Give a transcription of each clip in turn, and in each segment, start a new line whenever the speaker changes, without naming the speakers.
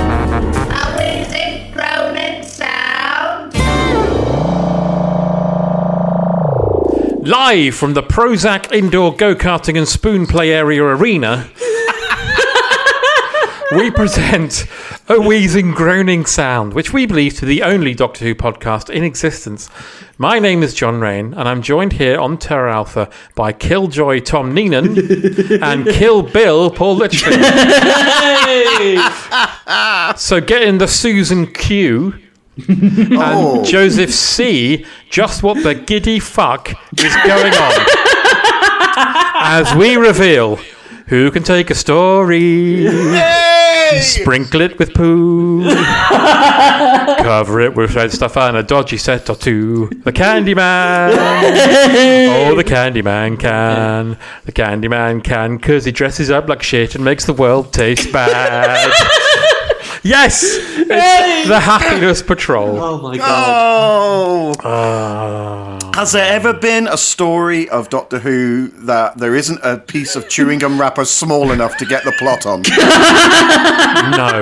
Always in grown and sound.
Live from the Prozac Indoor Go Karting and Spoon Play Area Arena, we present a wheezing, groaning sound, which we believe to be the only Doctor Who podcast in existence. My name is John Rain, and I'm joined here on Terra Alpha by Killjoy Tom Neenan and Kill Bill Paul Litchfield. so get in the Susan Q. and Joseph C. Just what the giddy fuck is going on? as we reveal who can take a story, sprinkle it with poo, cover it with red stuff and a dodgy set or two. The Candyman, oh, the Candyman can, the Candyman can, because he dresses up like shit and makes the world taste bad. Yes, it's the Happiness Patrol.
Oh my god.
Oh.
Uh,
Has there ever been a story of Doctor Who that there isn't a piece of chewing gum wrapper small enough to get the plot on?
No,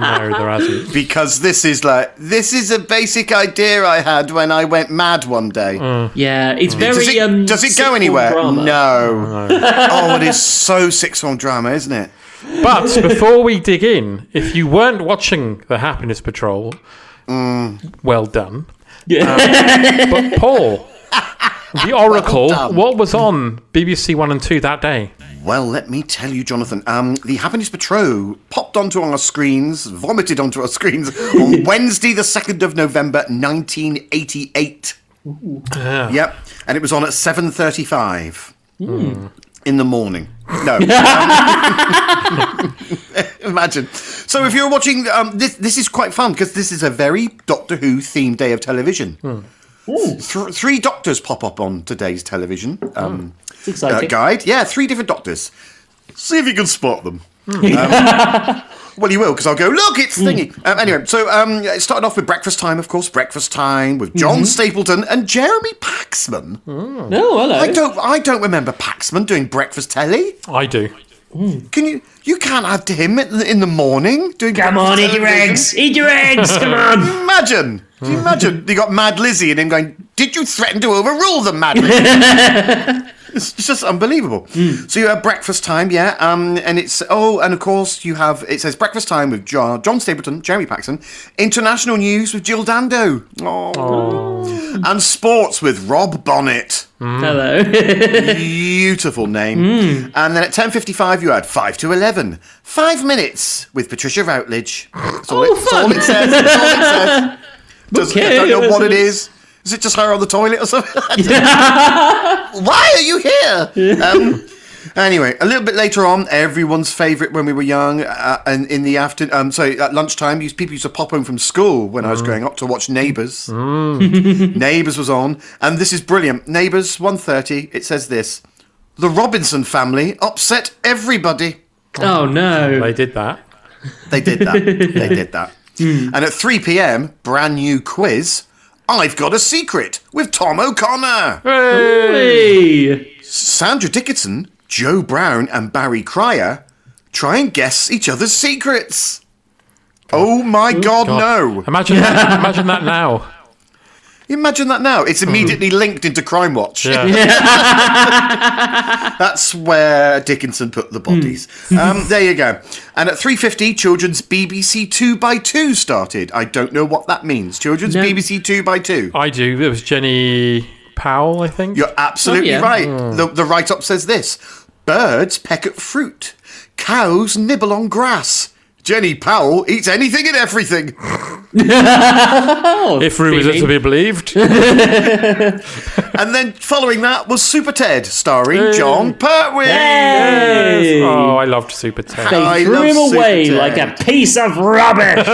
no, there hasn't.
Because this is like this is a basic idea I had when I went mad one day.
Yeah, it's very
Oh, does it,
um
does it
sick
go
form
anywhere?
drama.
No. oh, it is so six form drama, isn't it?
But before we dig in, if you weren't watching the Happiness Patrol, well done. Um, but Paul, the Oracle, what was on BBC One and Two that day?
Well, let me tell you, Jonathan. Um, the Happiness Patrol popped onto our screens, vomited onto our screens on Wednesday, the second of November, nineteen eighty-eight. Yep, and it was on at seven thirty-five in the morning. No. um, Imagine. So, if you're watching, um, this this is quite fun because this is a very Doctor Who themed day of television. Th- three Doctors pop up on today's television. Um,
It's
uh,
exciting.
guide. Yeah, three different doctors. See if you can spot them.
Hmm.
Um, well, you will, because I'll go, look, it's thingy. Um, anyway, so um, it started off with Breakfast Time, of course. Breakfast Time with John
Mm-hmm.
Stapleton and Jeremy Paxman.
no, hello.
I don't I don't remember Paxman doing breakfast telly.
I do.
Can you? You can't have him in the, in the morning doing
Come on,
breakfast
eat your
television.
eggs. Eat your eggs. Come on.
Imagine. Do you imagine? You got Mad Lizzie and him going, Did you threaten to overrule them, Mad Lizzie? it's it's just unbelievable. So you have breakfast time, yeah. Um, and it's, oh, and of course you have, it says breakfast time with Jo- John Stapleton, Jeremy Paxton, international news with Jill Dando. Oh. And sports with Rob Bonnet.
Hello.
Beautiful name. And then at 10.55 you had 5 to 11. Five minutes with Patricia Routledge. That's all, it, that's all it says. That's all it says. Does,
Okay,
I don't know what it
that's-
is. Is it just her on the toilet or something? Why are you here? Um, anyway, a little bit later on, everyone's favourite when we were young, uh, and in the afternoon, um, sorry, at lunchtime, used, people used to pop home from school when I was growing up to watch Neighbours. Neighbours was on, and this is brilliant. Neighbours 1.30, it says this. The Robinson family upset everybody.
oh no.
They did that.
They did that. they did that. And at 3 p.m., brand new quiz. I've got a secret with Tom O'Connor.
Hey.
Sandra Dickinson, Joe Brown, and Barry Cryer try and guess each other's secrets. Oh my God, no!
Imagine that, imagine that now.
Imagine that now. It's immediately linked into Crime Watch.
Yeah.
That's where Dickinson put the bodies.
Hmm.
um, there you go. And at 3.50, children's BBC 2x2
Oh.
started. I don't know what that means. Children's BBC 2x2.
I do. It was Jenny Powell, I think.
You're absolutely
Oh, yeah.
right. The, the write up says this Birds peck at fruit, cows nibble on grass. Jenny Powell eats anything and everything.
Oh,
If rumours are to
Phoebe.
be believed.
and then following that was Super Ted, starring John Pertwee.
Hey!
oh, I loved Super Ted.
They
I
threw
love
him
Super
away
Ted.
like a piece of rubbish.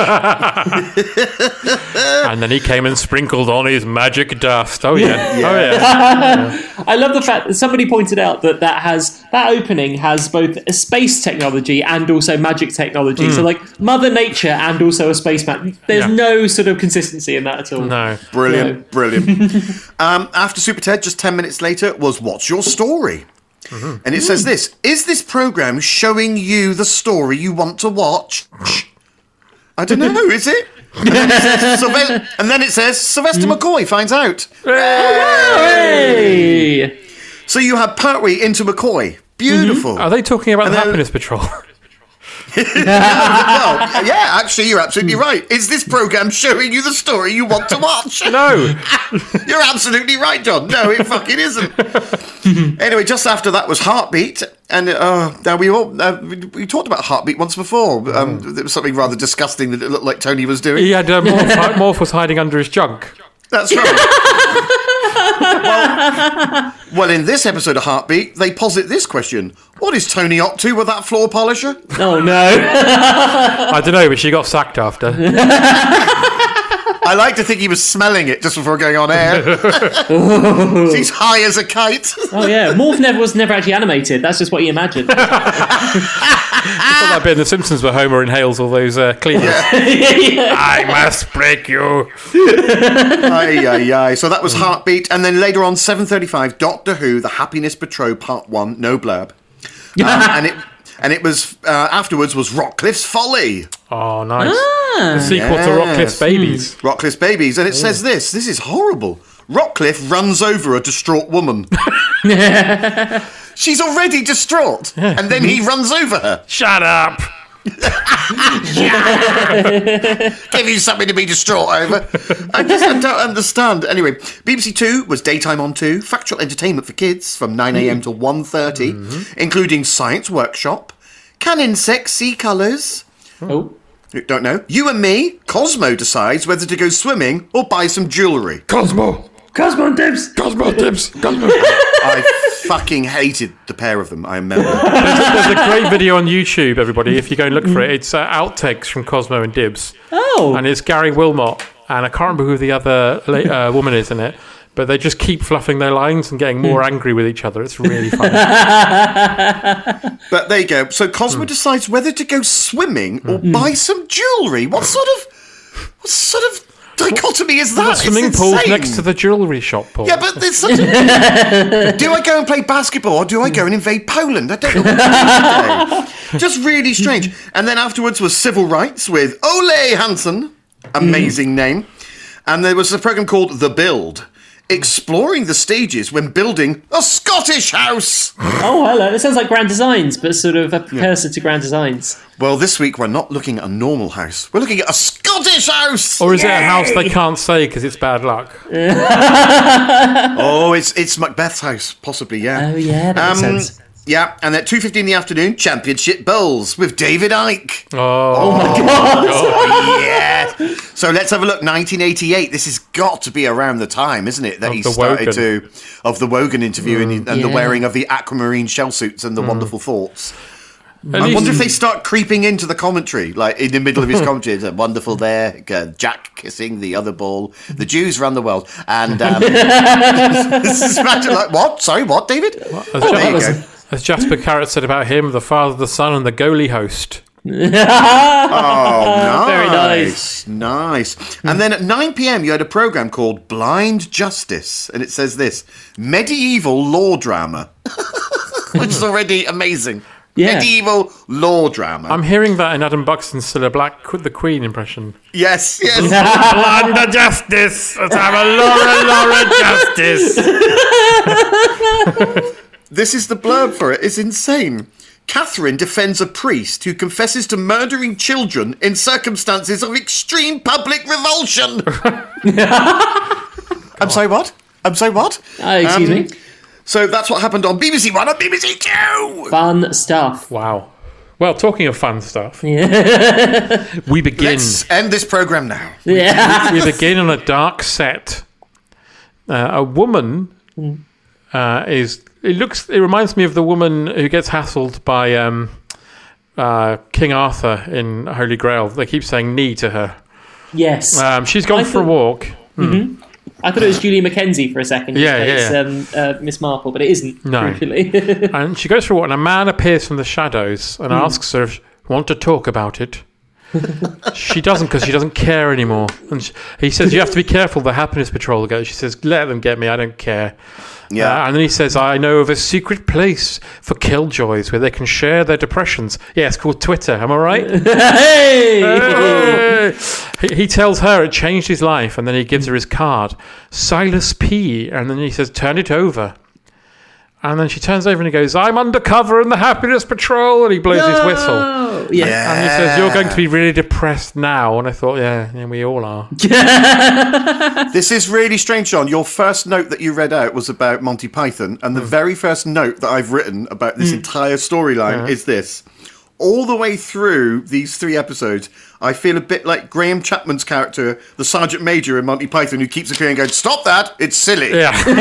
and then he came and sprinkled on his magic dust. Oh yeah, oh yeah.
I love the fact that somebody pointed out that that has that opening has both a space technology and also magic technology. So
Hmm.
like Mother Nature and also a spaceman. There's
Yeah.
no sort of consistency in that at all.
No,
Brilliant, brilliant. um, after Super Ted, just 10 minutes later, was What's Your Story? And it says this Is this program showing you the story you want to watch? I don't know, is it? And then it says, Sylve- and then it says Sylvester McCoy finds out.
Mm-hmm. Hey!
So you have Pertwee into McCoy. Beautiful.
Mm-hmm.
are they talking about the
then-
Happiness Patrol?
well, yeah, actually, you're absolutely right. Is this program showing you the story you want to watch?
no,
You're absolutely right, John. No, it fucking isn't. anyway, just after that was Heartbeat, and uh, now we all uh, we, we talked about Heartbeat once before. Um, There was something rather disgusting that it looked like Tony was doing.
he had uh, Morph, Morph was hiding under his junk.
That's right. well, well, in this episode of Heartbeat, they posit this question: What is Tony up to with that floor polisher?
Oh no.
I don't know, but she got sacked after.
I like to think he was smelling it just before going on air. He's high as a kite.
Oh yeah. Morph never was never actually animated. That's just what he imagined.
Thought that bit in The Simpsons where Homer inhales all those uh, cleaners. I must break you.
Aye, aye, aye. So that was Heartbeat, and then later on, 7.35, Doctor Who, The Happiness Patrol, Part 1, No Blurb. Um, and it and it was, uh, afterwards, was Rockcliffe's Folly,
Oh, nice. the sequel to
yes.
Rockcliffe's Babies.
Rockcliffe's Babies, and it says this, this is horrible. Rockcliffe runs over a distraught woman. She's already distraught, and then he runs over her.
Shut up.
give you something to be distraught over. I just I don't understand. Anyway, BBC Two was daytime on two, factual entertainment for kids from 9 a.m. to 1.30, including science workshop, can insects see colours?
oh.
Don't know. You and me, Cosmo decides whether to go swimming or buy some jewellery.
Cosmo.
Cosmo Dibs!
Cosmo tips. Cosmo.
I fucking hated the pair of them, I remember.
There's a great video on YouTube, everybody. If you go and look for it, it's uh, outtakes from Cosmo and Dibs,
Oh.
and it's Gary Wilmot, and I can't remember who the other la- uh, woman is in it. But they just keep fluffing their lines and getting more angry with each other. It's really funny.
but there you go. So Cosmo
Hmm.
decides whether to go swimming or buy some jewellery. What sort of... What sort of... Dichotomy is that? It's
Swimming pools
insane.
next to the jewellery shop. Paul.
Yeah, but there's such a... do I go and play basketball or do I go and invade Poland? I don't know. What I'm doing today. Just really strange. And then afterwards was civil rights with Ole Hansen, amazing
Mm.
name. And there was a program called The Build, exploring the stages when building a Scottish house.
Oh hello. It sounds like Grand Designs, but sort of a precursor to Grand Designs.
Well, this week we're not looking at a normal house. We're looking at a Scottish house.
Oh,
or is it a house they can't say because it's bad luck?
Oh, it's it's Macbeth's house, possibly. Yeah. Um,
Oh yeah, that makes sense.
Yeah, and at two fifteen in the afternoon, Championship Bowls with David Icke.
Oh,
yeah. So let's have a look. 1988. This has got to be around the time, isn't it? That he
the
started
Wogan. Mm.
to of the Wogan interview and, and the
Yeah.
wearing of the aquamarine shell suits and the wonderful thoughts.
At
I
least-
wonder if they start creeping into the commentary, like in the middle of his commentary. It's a wonderful there, uh, Jack kissing the other ball. The Jews run the world, and um, it's magic, like what? Sorry, what, David?
as,
there
Ja-
you go.
as Jasper Carrot said about him, the father, the son, and the goalie host.
Oh,
Very
nice. Nice. And then at 9 p.m., you had a program called Blind Justice, and it says this medieval law drama, which is already amazing.
Yeah.
Medieval law drama.
I'm hearing that in Adam Buxton's Cilla Black, Qu- the Queen impression.
yes, yes.
Blunder justice. Let's have a Laura Laura justice.
this is the blurb for it. It's insane. Catherine defends a priest who confesses to murdering children in circumstances of extreme public revulsion. I'm sorry, what? I'm sorry, what?
Uh, excuse
Um,
me.
So that's what happened on BBC One and BBC Two.
Fun stuff.
Wow. Well, talking of fun stuff, we begin.
Let's end this program now.
Yeah.
we begin on a dark set. Uh, a woman
Mm.
uh, is. It looks. It reminds me of the woman who gets hassled by um, uh, King Arthur in Holy Grail. They keep saying "knee" to her.
yes.
Um, she's gone
I
for a
thought-
walk.
I thought it was Julie McKenzie for a second.
Yeah, yeah,
It's
yeah.
um, uh, Miss Marple, but it isn't.
No.
Actually.
And she goes for a walk, and a man appears from the shadows and asks her if she want to talk about it. she doesn't because she doesn't care anymore. And sh he says, "You have to be careful." The happiness patrol goes. She says, "Let them get me. I don't care."
Yeah.
Uh, and then he says, "I know of a secret place for killjoys where they can share their depressions. Yeah, it's called Twitter. Am I right?"
hey!
Hey! he, he tells her it changed his life, and then he gives her his card, Silas P. And then he says, "Turn it over." And then she turns over and he goes, "I'm undercover in the Happiness Patrol," and he blows his whistle.
Oh, yeah.
And he says, "You're going to be really depressed now." And I thought, "Yeah, yeah we all are."
This is really strange, John. Your first note that you read out was about Monty Python, and the
Hmm.
very first note that I've written about this entire storyline is this. All the way through these three episodes, I feel a bit like Graham Chapman's character, the Sergeant Major in Monty Python, who keeps appearing and going, Stop that! It's silly.
Yeah,
And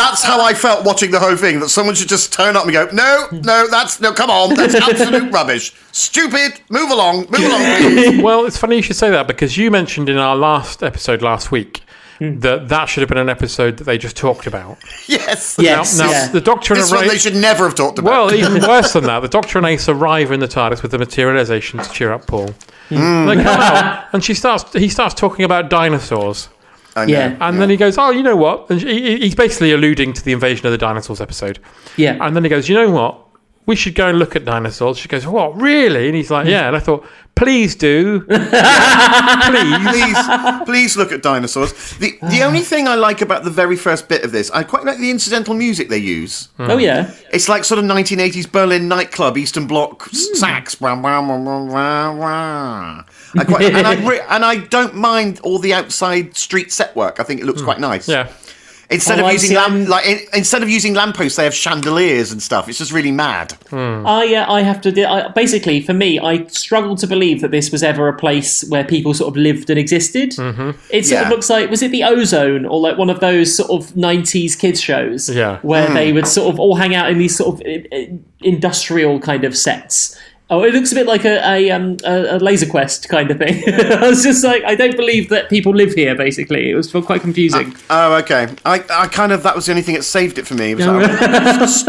that's how I felt watching the whole thing that someone should just turn up and go, No, no, that's no, come on, that's absolute rubbish. Stupid, move along, move along, please.
well, it's funny you should say that because you mentioned in our last episode last week that that should have been an episode that they just talked about.
Yes.
Yes.
Now,
yeah.
the Doctor and
This one
Ra-
they should never have talked about.
Well, even worse than that, the Doctor and Ace arrive in the TARDIS with the materialization to cheer up Paul. And they come out, and she starts. He starts talking about dinosaurs,
I know.
yeah.
and then he goes, "Oh, you know what?" And he, he- he's basically alluding to the invasion of the dinosaurs episode.
Yeah.
And then he goes, "You know what? We should go and look at dinosaurs." She goes, "What? Really?" And he's like, "Yeah." And I thought, "Please do, please."
please, please look at dinosaurs. The the only thing I like about the very first bit of this, I quite like the incidental music they use.
oh, yeah.
It's like sort of 1980s Berlin nightclub, Eastern Bloc s-
Hmm.
sax. Wah, wah, wah, wah, wah, wah. I quite, and, I re- and I don't mind all the outside street set work. I think it looks quite nice.
Yeah.
Instead
Hmm. Oh,
of
I
using
see.
lamp, like in, instead of using lampposts, they have chandeliers and stuff. It's just really mad.
I uh, I have to di- I, basically for me I struggle to believe that this was ever a place where people sort of lived and existed. Mm-hmm. It sort
Yeah.
of looks like was it the Ozone or like one of those sort of nineties kids shows
Yeah.
where they would sort of all hang out in these sort of i- i- industrial kind of sets. Oh, it looks a bit like a a, um, a, a laser quest kind of thing. I was just like, I don't believe that people live here. Basically, it was quite confusing.
Oh, okay. I, I kind of that was the only thing that saved it for me. It was like,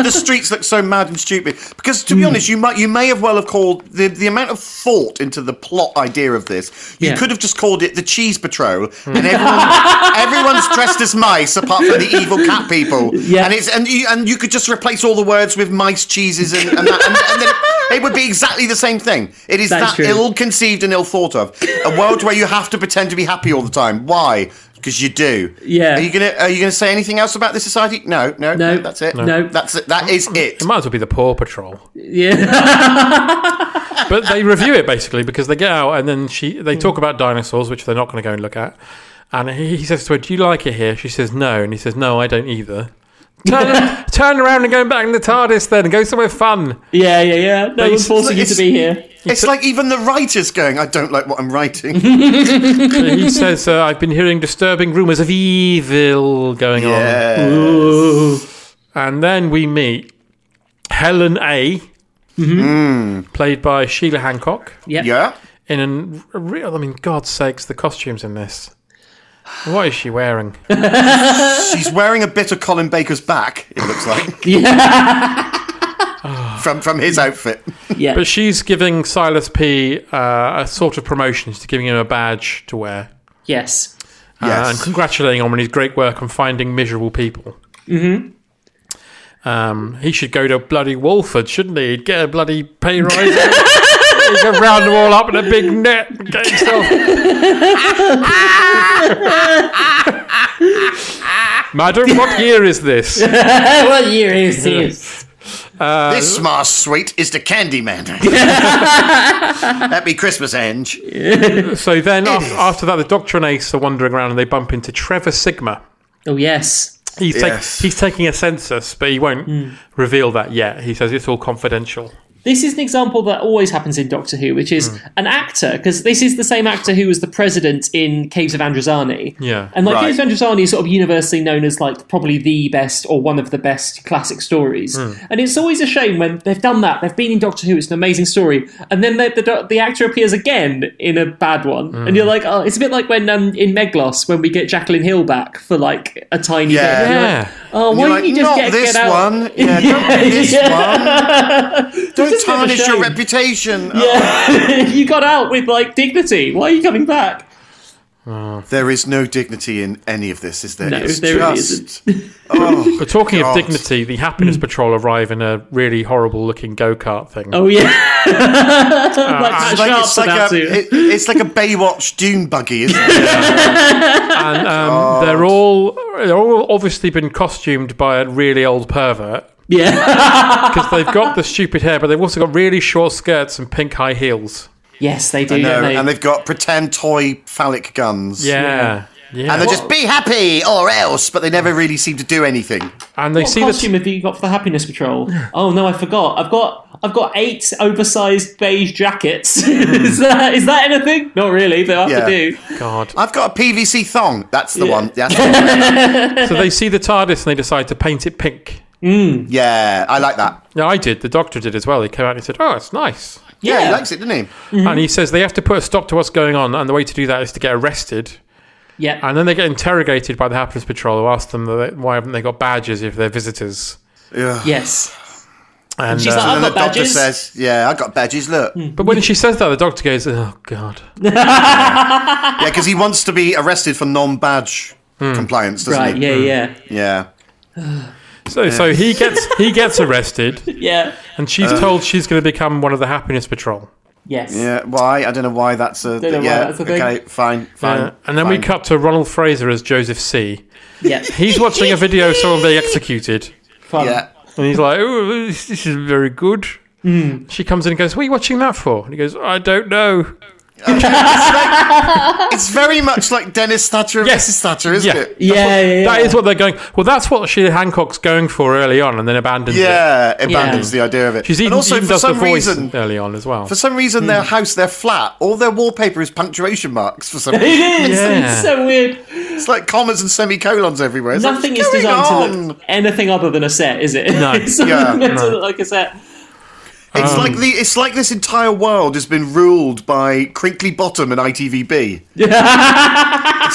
the streets look so mad and stupid because,
Hmm.
to be honest, you might you may have well have called the the amount of thought into the plot idea of this. You
Yeah. Hmm.
could have just called it the Cheese Patrol, and everyone, everyone's dressed as mice apart from the evil cat people.
Yeah.
and it's and you, and you could just replace all the words with mice, cheeses, and and, that, and, and then it, it would be exactly the same thing. It is
That's
that
true.
ill conceived and ill thought of. A world where you have to pretend to be happy all the time. Why? Because you do.
Yeah.
Are you gonna Are you gonna say anything else about this society? No. No. No.
No.
that's it.
No.
That's it. That is it.
It might as well be the Paw Patrol.
Yeah,
but they review it basically because they get out and then she they talk about dinosaurs, which they're not going to go and look at. And he, he says to her, "Do you like it here?" She says, "No," and he says, "No, I don't either." Turn, turn around and go back in the TARDIS then and go somewhere fun.
yeah, yeah, yeah. No one's forcing you to
it's-
be here.
It's like even the writers going, I don't like what I'm writing.
He says, uh, "I've been hearing disturbing rumours of evil going
yeah.
on." And then we meet Helen A, played by Sheila Hancock.
Yeah.
in an, a real. I mean, God's sakes, the costumes in this. What is she wearing?
She's wearing a bit of Colin Baker's back. It looks like. from from his outfit.
Yeah,
But she's giving Silas P uh, a sort of promotion. She's giving him a badge to wear
yes.
uh, and
Yes.
congratulating him on his great work on finding miserable people. Mm-hmm. Um, he should go to bloody Walford, shouldn't he? He'd get a bloody pay rise. He'd go round them all up in a big net and get himself. Madam, what year is this?
what year is this?
uh,
this smart sweet is the candy man. Happy Christmas, Ange.
So then, af- after that, the Doctor and Ace are wandering around and they bump into Trevor Sigma.
Oh yes.
He's, take-
Yes.
he's taking a census, but he won't
Hmm.
reveal that yet. He says it's all confidential.
This is an example that always happens in Doctor Who, which
Hmm.
is an actor, because this is the same actor who was the president in Caves of Androzani.
Yeah.
And like
Right.
Caves of Androzani is sort of universally known as like probably the best or one of the best classic stories.
Hmm.
And it's always a shame when they've done that, they've been in Doctor Who, it's an amazing story, and then the, the, doc- the actor appears again in a bad one.
Hmm.
And you're like, oh, it's a bit like when um, in Meglos when we get Jacqueline Hill back for like a tiny
Yeah.
bit. And you're like,
Yeah.
oh, why
You're
don't
like,
you just
not
get,
this
get out?
one. Yeah, don't do this one. Don't
just a bit of a
tarnish your
shame.
reputation.
you got out with like dignity. Why are you coming back?
Oh, There is no dignity in any of this, is there?
No,
it's
there really
just. oh,
But talking
God.
of dignity, the Happiness
Hmm.
Patrol arrive in a really horrible looking go kart thing.
Oh yeah, like Matt
Ah, It's like,
Sharp's
it's, like
about
a,
to.
it- it's like a Baywatch dune buggy, isn't it?
And um, they're all they're all obviously been costumed by a really old pervert
yeah.
because they've got the stupid hair, but they've also got really short skirts and pink high heels.
yes, they do.
no,
don't they?
and they've got pretend toy phallic guns.
Yeah. Yeah,
And
and,
they just be happy or else, but they never really seem to do anything.
they
what
see the
costume have you got for the Happiness Patrol? Oh no, I forgot. I've got I've got eight oversized beige jackets. is that is that anything? Not really, but I have
Hmm. Yeah.
to do.
God.
I've got a PVC thong. That's the one. That's
So they see the TARDIS and they decide to paint it pink.
yeah, I like that.
Yeah, I did. The doctor did as well. He came out and he said, "Oh, it's nice."
Yeah, he likes it, doesn't he?
And he says they have to put a stop to what's going on, and the way to do that is to get arrested.
Yeah.
And then they get interrogated by the Happiness Patrol, who ask them that they- why haven't they got badges if they're visitors.
yes.
And,
She's
uh,
like, I've
And the
got
doctor
badges.
says, "Yeah, I got badges. Look, yeah,
but when she says that, the doctor goes, "Oh God."
because he wants to be arrested for non-badge compliance, doesn't
Hmm. right.
he?
Yeah. Yeah.
Yeah.
So, so he gets he gets arrested,
Yeah.
and she's told she's going to become one of the Happiness Patrol.
Yes.
Yeah, why? I don't know why that's a.
know why
yeah,
that's a thing.
okay, fine, fine.
Uh, and then we
fine.
cut to Ronald Fraser as Joseph C.
Yeah.
He's watching a video of someone being executed.
Fun.
Yeah,
And he's like, oh, this, this is very good. She comes in and goes, what are you watching that for? And he goes, I don't know.
it's very much like Dennis Thatcher and
Yes.
Mrs. Thatcher, isn't
Yeah.
it?
Yeah. yeah,
That
yeah.
is what they're going, well, that's what Sheila Hancock's going for early on and then abandons it.
Yeah, it abandons the idea of it.
She's even,
and also,
even
for
does the
some
voice
reason,
early on as well.
for some reason, their
Hmm.
house, their flat, all their wallpaper is punctuation marks. For some reason,
It is.
Yeah.
It's so weird.
it's like commas and semicolons everywhere. It's like,
Nothing is
what's going
designed
on?
to look anything other than a set, is it?
No.
it's not
Yeah.
meant to look like a set.
Um,
It's like the it's like this entire world has been ruled by Crinkly Bottom and ITVB. it's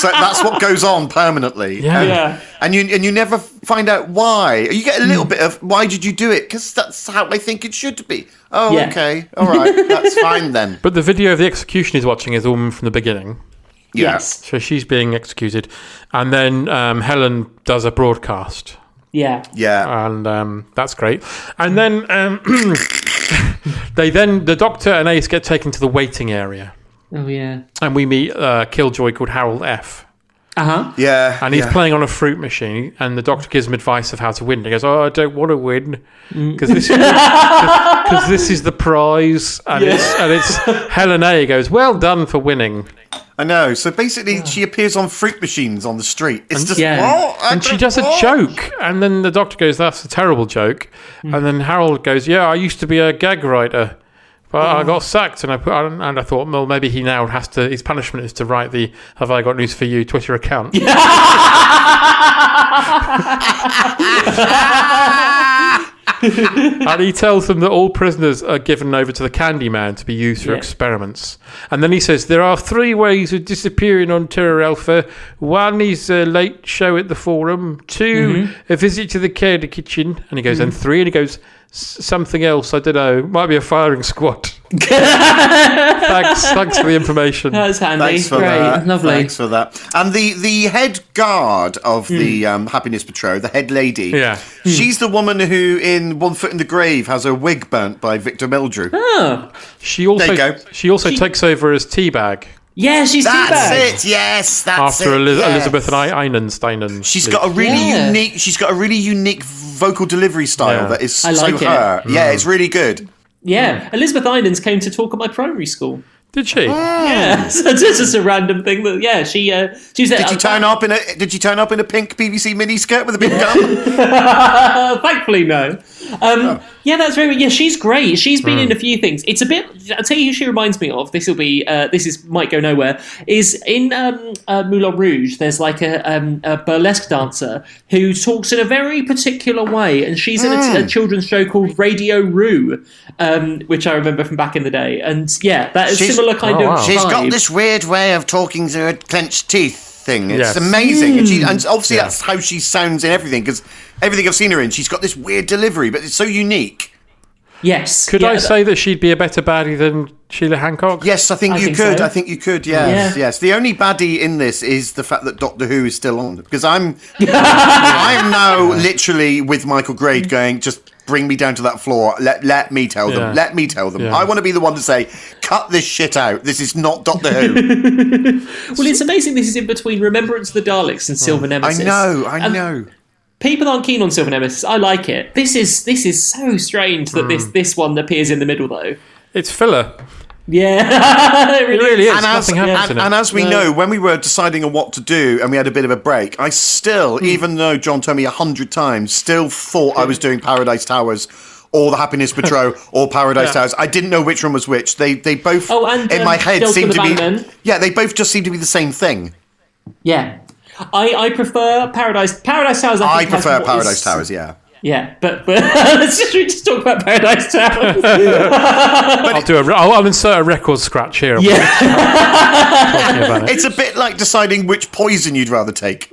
like that's what goes on permanently.
Yeah. Mm.
And,
Yeah.
and you and you never find out why. You get a little bit of why did you do it? Because that's how I think it should be. Oh,
Yeah.
okay, all right, that's fine then.
but the video of the execution he's watching is all from the beginning.
Yeah.
Yes.
So she's being executed. And then um, Helen does a broadcast.
Yeah.
Yeah,
and um, that's great. And then um, they then the Doctor and Ace get taken to the waiting area,
Oh yeah.
and we meet a killjoy called Harold F.
Uh huh.
yeah,
And he's
yeah.
playing on a fruit machine, and the Doctor gives him advice of how to win. He goes, "Oh, I don't want to win because this is because this is the prize." And it's and it's Helen A. goes, "Well done for winning,"
I know. So basically, she appears on fruit machines on the street. It's just
yeah.
what? I
and she
don't-
does a
what?
joke, and then the Doctor goes, "That's a terrible joke," and then Harold goes, "Yeah, I used to be a gag writer." But I got sacked, and I put, and I thought, well, maybe he now has to. His punishment is to write the "Have I Got News for You" Twitter account. and he tells them that all prisoners are given over to the Candyman to be used for
Yeah.
experiments. And then he says there are three ways of disappearing on Terra Alpha. One is a late show at the Forum. 2 a visit to the Candy Kitchen. And he goes, and three, and he goes, "S- something else. I don't know. Might be a firing squad. thanks, thanks for the information.
That was handy.
Thanks for
Great.
that.
Lovely.
Thanks for that. And the the head guard of
Hmm.
the um, Happiness Patrol, the head lady.
Yeah.
She's the woman who, in One Foot in the Grave, has her wig burnt by Victor Meldrew.
She also,
There you go.
she also takes over as Teabag
Yeah, she's Ah, too bad.
That's it. Yes, that's
after
it.
Eliz-
yes.
Elizabeth and I- Einensteinen.
She's got a really
Yeah.
unique. She's got a really unique vocal delivery style
Yeah.
that is
I
so
like it. Mm.
her. Yeah, it's really good.
Yeah. Elizabeth Inans came to talk at my primary school.
Did she?
Ah.
Yeah, so it's just a random thing that yeah, she uh, she said.
Did you
uh,
turn up in a Did you turn up in a pink PVC miniskirt with a big gun?
Uh, thankfully, no. Um,
Oh.
Yeah, that's very. Yeah, she's great. She's been
Hmm.
in a few things. It's a bit. I'll tell you who she reminds me of. This will be. Uh, this is might go nowhere. Is in um, uh, Moulin Rouge. There's like a, um, a burlesque dancer who talks in a very particular way, and she's in a,
Hmm.
a children's show called Radio Roo, um, which I remember from back in the day. And yeah, that is
She's-
similar kind
Oh,
of.
wow.
She's got
vibe.
this weird way of talking through her clenched teeth thing. It's
Yes.
amazing, and, she, and obviously that's how she sounds in everything because everything I've seen her in, she's got this weird delivery, but it's so unique.
Yes.
Could
yeah,
I
that-
say that she'd be a better baddie than Sheila Hancock?
Yes, I think
I
you
think
could.
so.
I think you could. Yes,
Yeah.
yes. The only baddie in this is the fact that Doctor Who is still on because I'm I am now literally with Michael Grade going just bring me down to that floor. Let let me tell
Yeah.
them. Let me tell them.
Yeah.
I want to be the one to say cut this shit out. This is not Doctor Who.
Well, it's amazing. This is in between Remembrance of the Daleks and Silver
Hmm. I
Nemesis.
know. I
And
know.
people aren't keen on Silver Nemesis. I like it. This is this is so strange that
Hmm.
this this one appears in the middle though.
It's filler.
Yeah, it
It really is.
And as,
Nothing happens
and,
in it.
and as we know, when we were deciding on what to do and we had a bit of a break, I still,
Hmm.
even though John told me a hundred times, still thought I was doing Paradise Towers or The Happiness Patrol or Paradise Towers. I didn't know which one was which. They they both
Oh, and,
in
um,
my head
Delta
seemed
the
to be
Batman.
Yeah, they both just seem to be the same thing.
Yeah, I, I prefer Paradise Paradise Towers. I,
I
think has
prefer
what
Paradise
is-
Towers, yeah.
Yeah, but, but let's just, we just talk about Paradise Towers.
I'll do a. Re- I'll, I'll insert a record scratch here.
yeah.
Talking about it.
It's a bit like deciding which poison you'd rather take.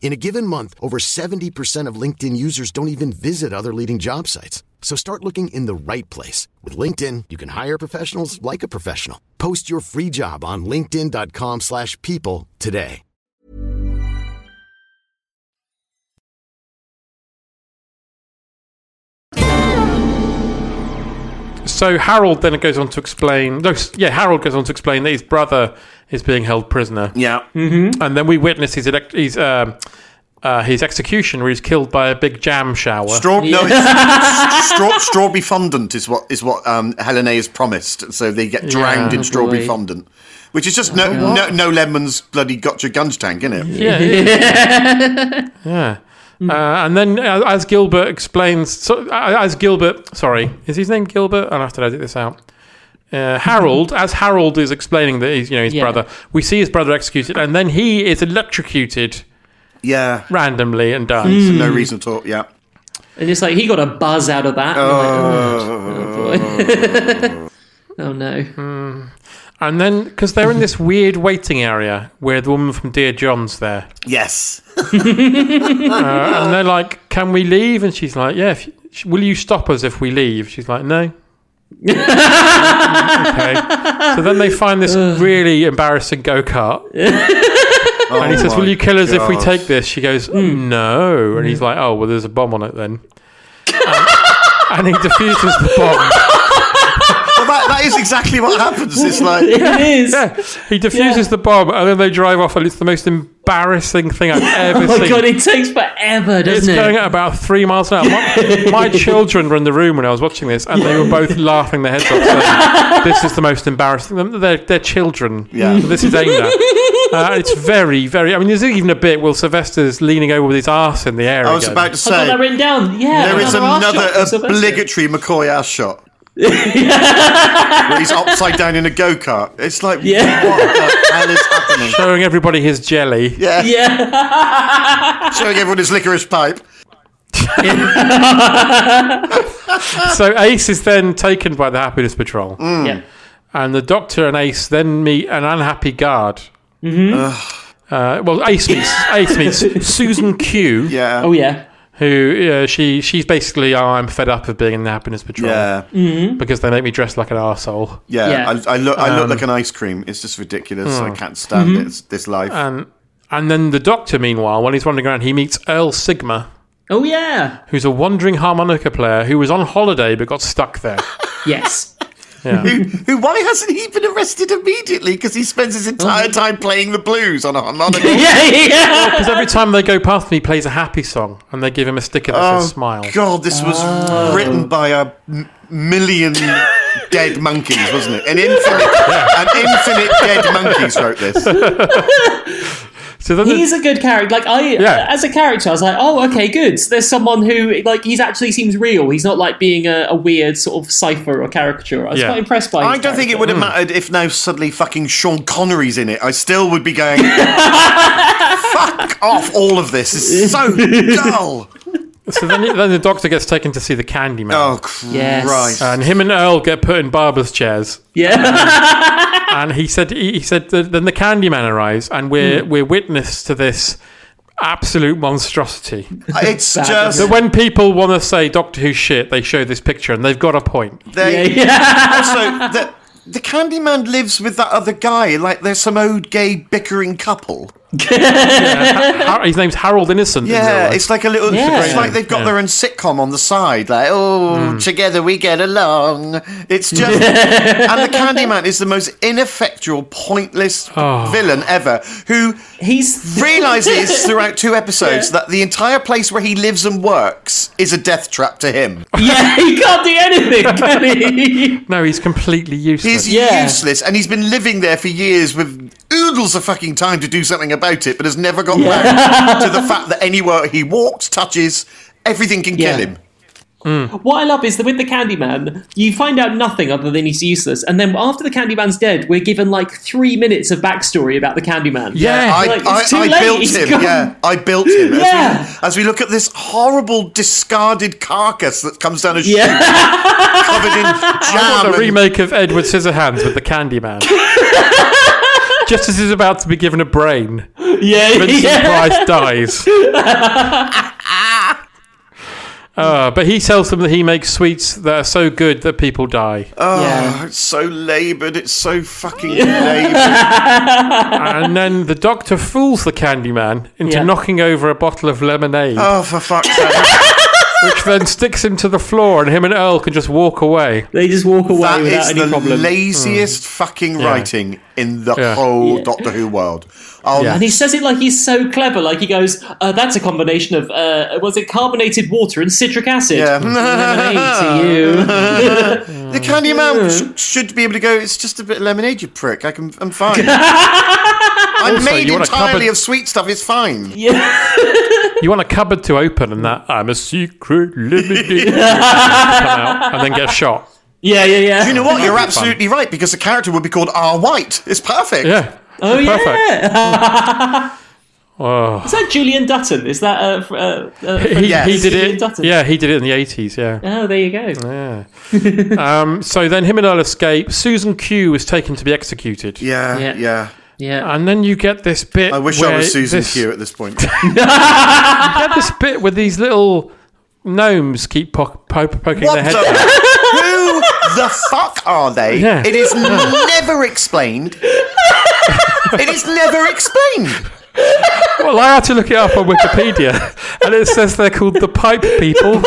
In a given month, over 70% of LinkedIn users don't even visit other leading job sites. So start looking in the right place. With LinkedIn, you can hire professionals like a professional. Post your free job on linkedin.com/people slash people today.
So Harold then goes on to explain. No, s- yeah, Harold goes on to explain that his brother is being held prisoner,
Yeah.
and then we witness his elect- his um, uh, his execution, where he's killed by a big jam shower.
Straw, no, it's, straw, strawberry fondant is what is what um, Helena is promised. So they get drowned
Yeah.
in strawberry
Boy.
fondant, which is just no, no no lemons bloody gotcha guns tank, isn't it?
Yeah, it is. yeah. Uh, and then, uh, as Gilbert explains, so, uh, as Gilbert, sorry, is his name Gilbert? I'll have to edit this out. Uh, Harold, as Harold is explaining that he's, you know, his
Yeah.
brother, we see his brother executed, and then he is electrocuted
Yeah.
randomly and dies.
No reason at all. Yeah.
And it's like he got a buzz out of that. and you're like, oh, boy. oh no.
And then, because they're in this weird waiting area where the woman from Dear John's there.
Yes.
And they're like, Can we leave? And she's like, Yeah, if sh will you stop us if we leave? She's like, No. okay. So then they find this really embarrassing go kart.
and
Oh
He says, Will you kill us if we take this? She goes,
Hmm.
No. And he's like, Oh, well, there's a bomb on it then. and, and he defuses the bomb.
Well, that, that is exactly what happens. It's like.
It is.
Yeah, he defuses the bomb and then they drive off, and it's the most embarrassing thing I've ever
Oh my
seen.
god, it takes forever,
It's
doesn't it?
going at about three miles an hour. My, my children were in the room when I was watching this, and they were both laughing their heads off. Saying, this is the most embarrassing. Them- They're, they're children.
Yeah.
This is aimed at. Uh, it's very, very. I mean, there's even a bit where Sylvester's leaning over with his ass in the air.
I was
again.
about to
I've got that
say.
written down. Yeah.
There is
arse
another
shot from Sylvester.
obligatory McCoy ass shot. Where he's upside down in a go kart. It's like,
Yeah.
what the hell is happening?
showing everybody his jelly.
Yeah.
Yeah.
Showing everyone his licorice pipe.
So Ace is then taken by the Happiness Patrol,
Mm.
yeah.
and the Doctor and Ace then meet an unhappy guard.
Mm-hmm.
Uh, well, Ace meets Ace meets Susan Q.
Yeah.
Oh yeah.
who uh, she she's basically oh, I'm fed up of being in the happiness patrol
yeah.
because they make me dress like an arsehole.
Mm, Yeah,
Yeah.
I, I look, I look like an ice cream. It's just ridiculous. I can't stand it. It's this life.
And and then the doctor, meanwhile, while he's wandering around, he meets Earl Sigma,
Oh yeah.
who's a wandering harmonica player who was on holiday but got stuck there.
Yes.
who, who? Why hasn't he been arrested immediately? Because he spends his entire time playing the blues on a harmonica.
yeah. Yeah.
Because every time they go past him, he plays a happy song, and they give him a sticker that says "Smile."
Oh, God, this was written by a m- million dead monkeys, wasn't it? An infinite, an infinite dead monkeys wrote this.
So then the-
He's a good character. Like I,
Yeah.
as a character, I was like, oh, okay, good. So there's someone who, like, he's actually seems real. He's not like being a, a weird sort of cipher or caricature. I was
Yeah.
quite impressed by.
I
his
don't think it
character.
would have mattered if now suddenly fucking Sean Connery's in it. I still would be going, fuck off all of this. It's so dull.
so then, then the doctor gets taken to see the Candy Man,
Oh, Christ.
Yes.
and him and Earl get put in barber's chairs.
Yeah.
and he said he, he said that then the Candyman arrives, and we're
Hmm.
we're witness to this absolute monstrosity.
It's
Bad,
just
But when people want to say Doctor Who shit, they show this picture, and they've got a point.
yeah.
they
Yeah.
also the, the Candyman lives with that other guy, like they're some old gay bickering couple.
Har- His name's Harold Innocent. in real
Yeah,
life.
it's like a little.
Yeah.
It's like they've got their own sitcom on the side. Like, oh,
Hmm.
together we get along. It's just, and the Candyman is the most ineffectual, pointless
Oh.
villain ever. Who
He's
realizes throughout two episodes that the entire place where he lives and works is a death trap to him.
yeah. He can't do anything, can he?
no, he's completely useless.
He's
Yeah.
useless, and he's been living there for years with oodles of fucking time to do something about it, but has never got round to the fact that anywhere he walks, touches, everything can
Yeah.
kill him.
What I love is that with the Candyman, you find out nothing other than he's useless, and then after the Candyman's dead, we're given like three minutes of backstory about the Candyman.
Yeah.
I,
Like, it's
I,
too
I
late,
built
he's
him.
gone.
Yeah, I built him. As we-
Yeah.
As, we, look at this horrible, discarded carcass that comes down a chute
Yeah.
covered in jam.
a
and-
remake of Edward Scissorhands with the Candyman. Just as he's about to be given a brain,
Yeah.
Vincent
yeah.
Price dies. Uh, but he tells them that he makes sweets that are so good that people die.
Oh, it's so laboured. It's so fucking laboured.
and then the doctor fools the Candyman into
Yeah.
knocking over a bottle of lemonade,
Oh, for fuck's sake.
which then sticks him to the floor, and him and Earl can just walk away.
They just walk away
That
without
is
any
the
problem. Hmm.
laziest fucking writing in the
Yeah.
whole
Yeah.
Doctor Who world. I'll
and he says it like he's so clever. Like he goes, uh, "That's a combination of uh, was it carbonated water and citric acid." Lemonade to you.
The candy man sh- should be able to go. It's just a bit of lemonade, you prick. I can, I'm fine. I'm made
you want a cup
entirely
of-
of sweet stuff. It's fine.
You want a cupboard to open, and that I'm a secret limited. come out, and then get shot.
Yeah, yeah, yeah.
You know what? You're absolutely right because the character would be called R. White. It's perfect.
Yeah.
oh
Perfect.
yeah.
Oh.
Oh, Is that Julian Dutton? Is that uh, fr- uh, uh,
He,
from
he
Yes.
did
Julian
it.
Dutton?
Yeah, he did it in the 80s, yeah.
Oh, there you go.
Yeah. um, so then him and Earl escape. Susan Q is taken to be executed.
Yeah,
Yeah.
yeah.
Yeah.
And then you get this bit.
I wish
where
I was Susan
this,
Q at this point.
You get this bit where these little gnomes keep po- po- poking
What
their head.
the?
out.
Who the fuck are they?
Yeah.
It is never explained. it is never explained.
Well, I had to look it up on Wikipedia, and it says they're called the Pipe People.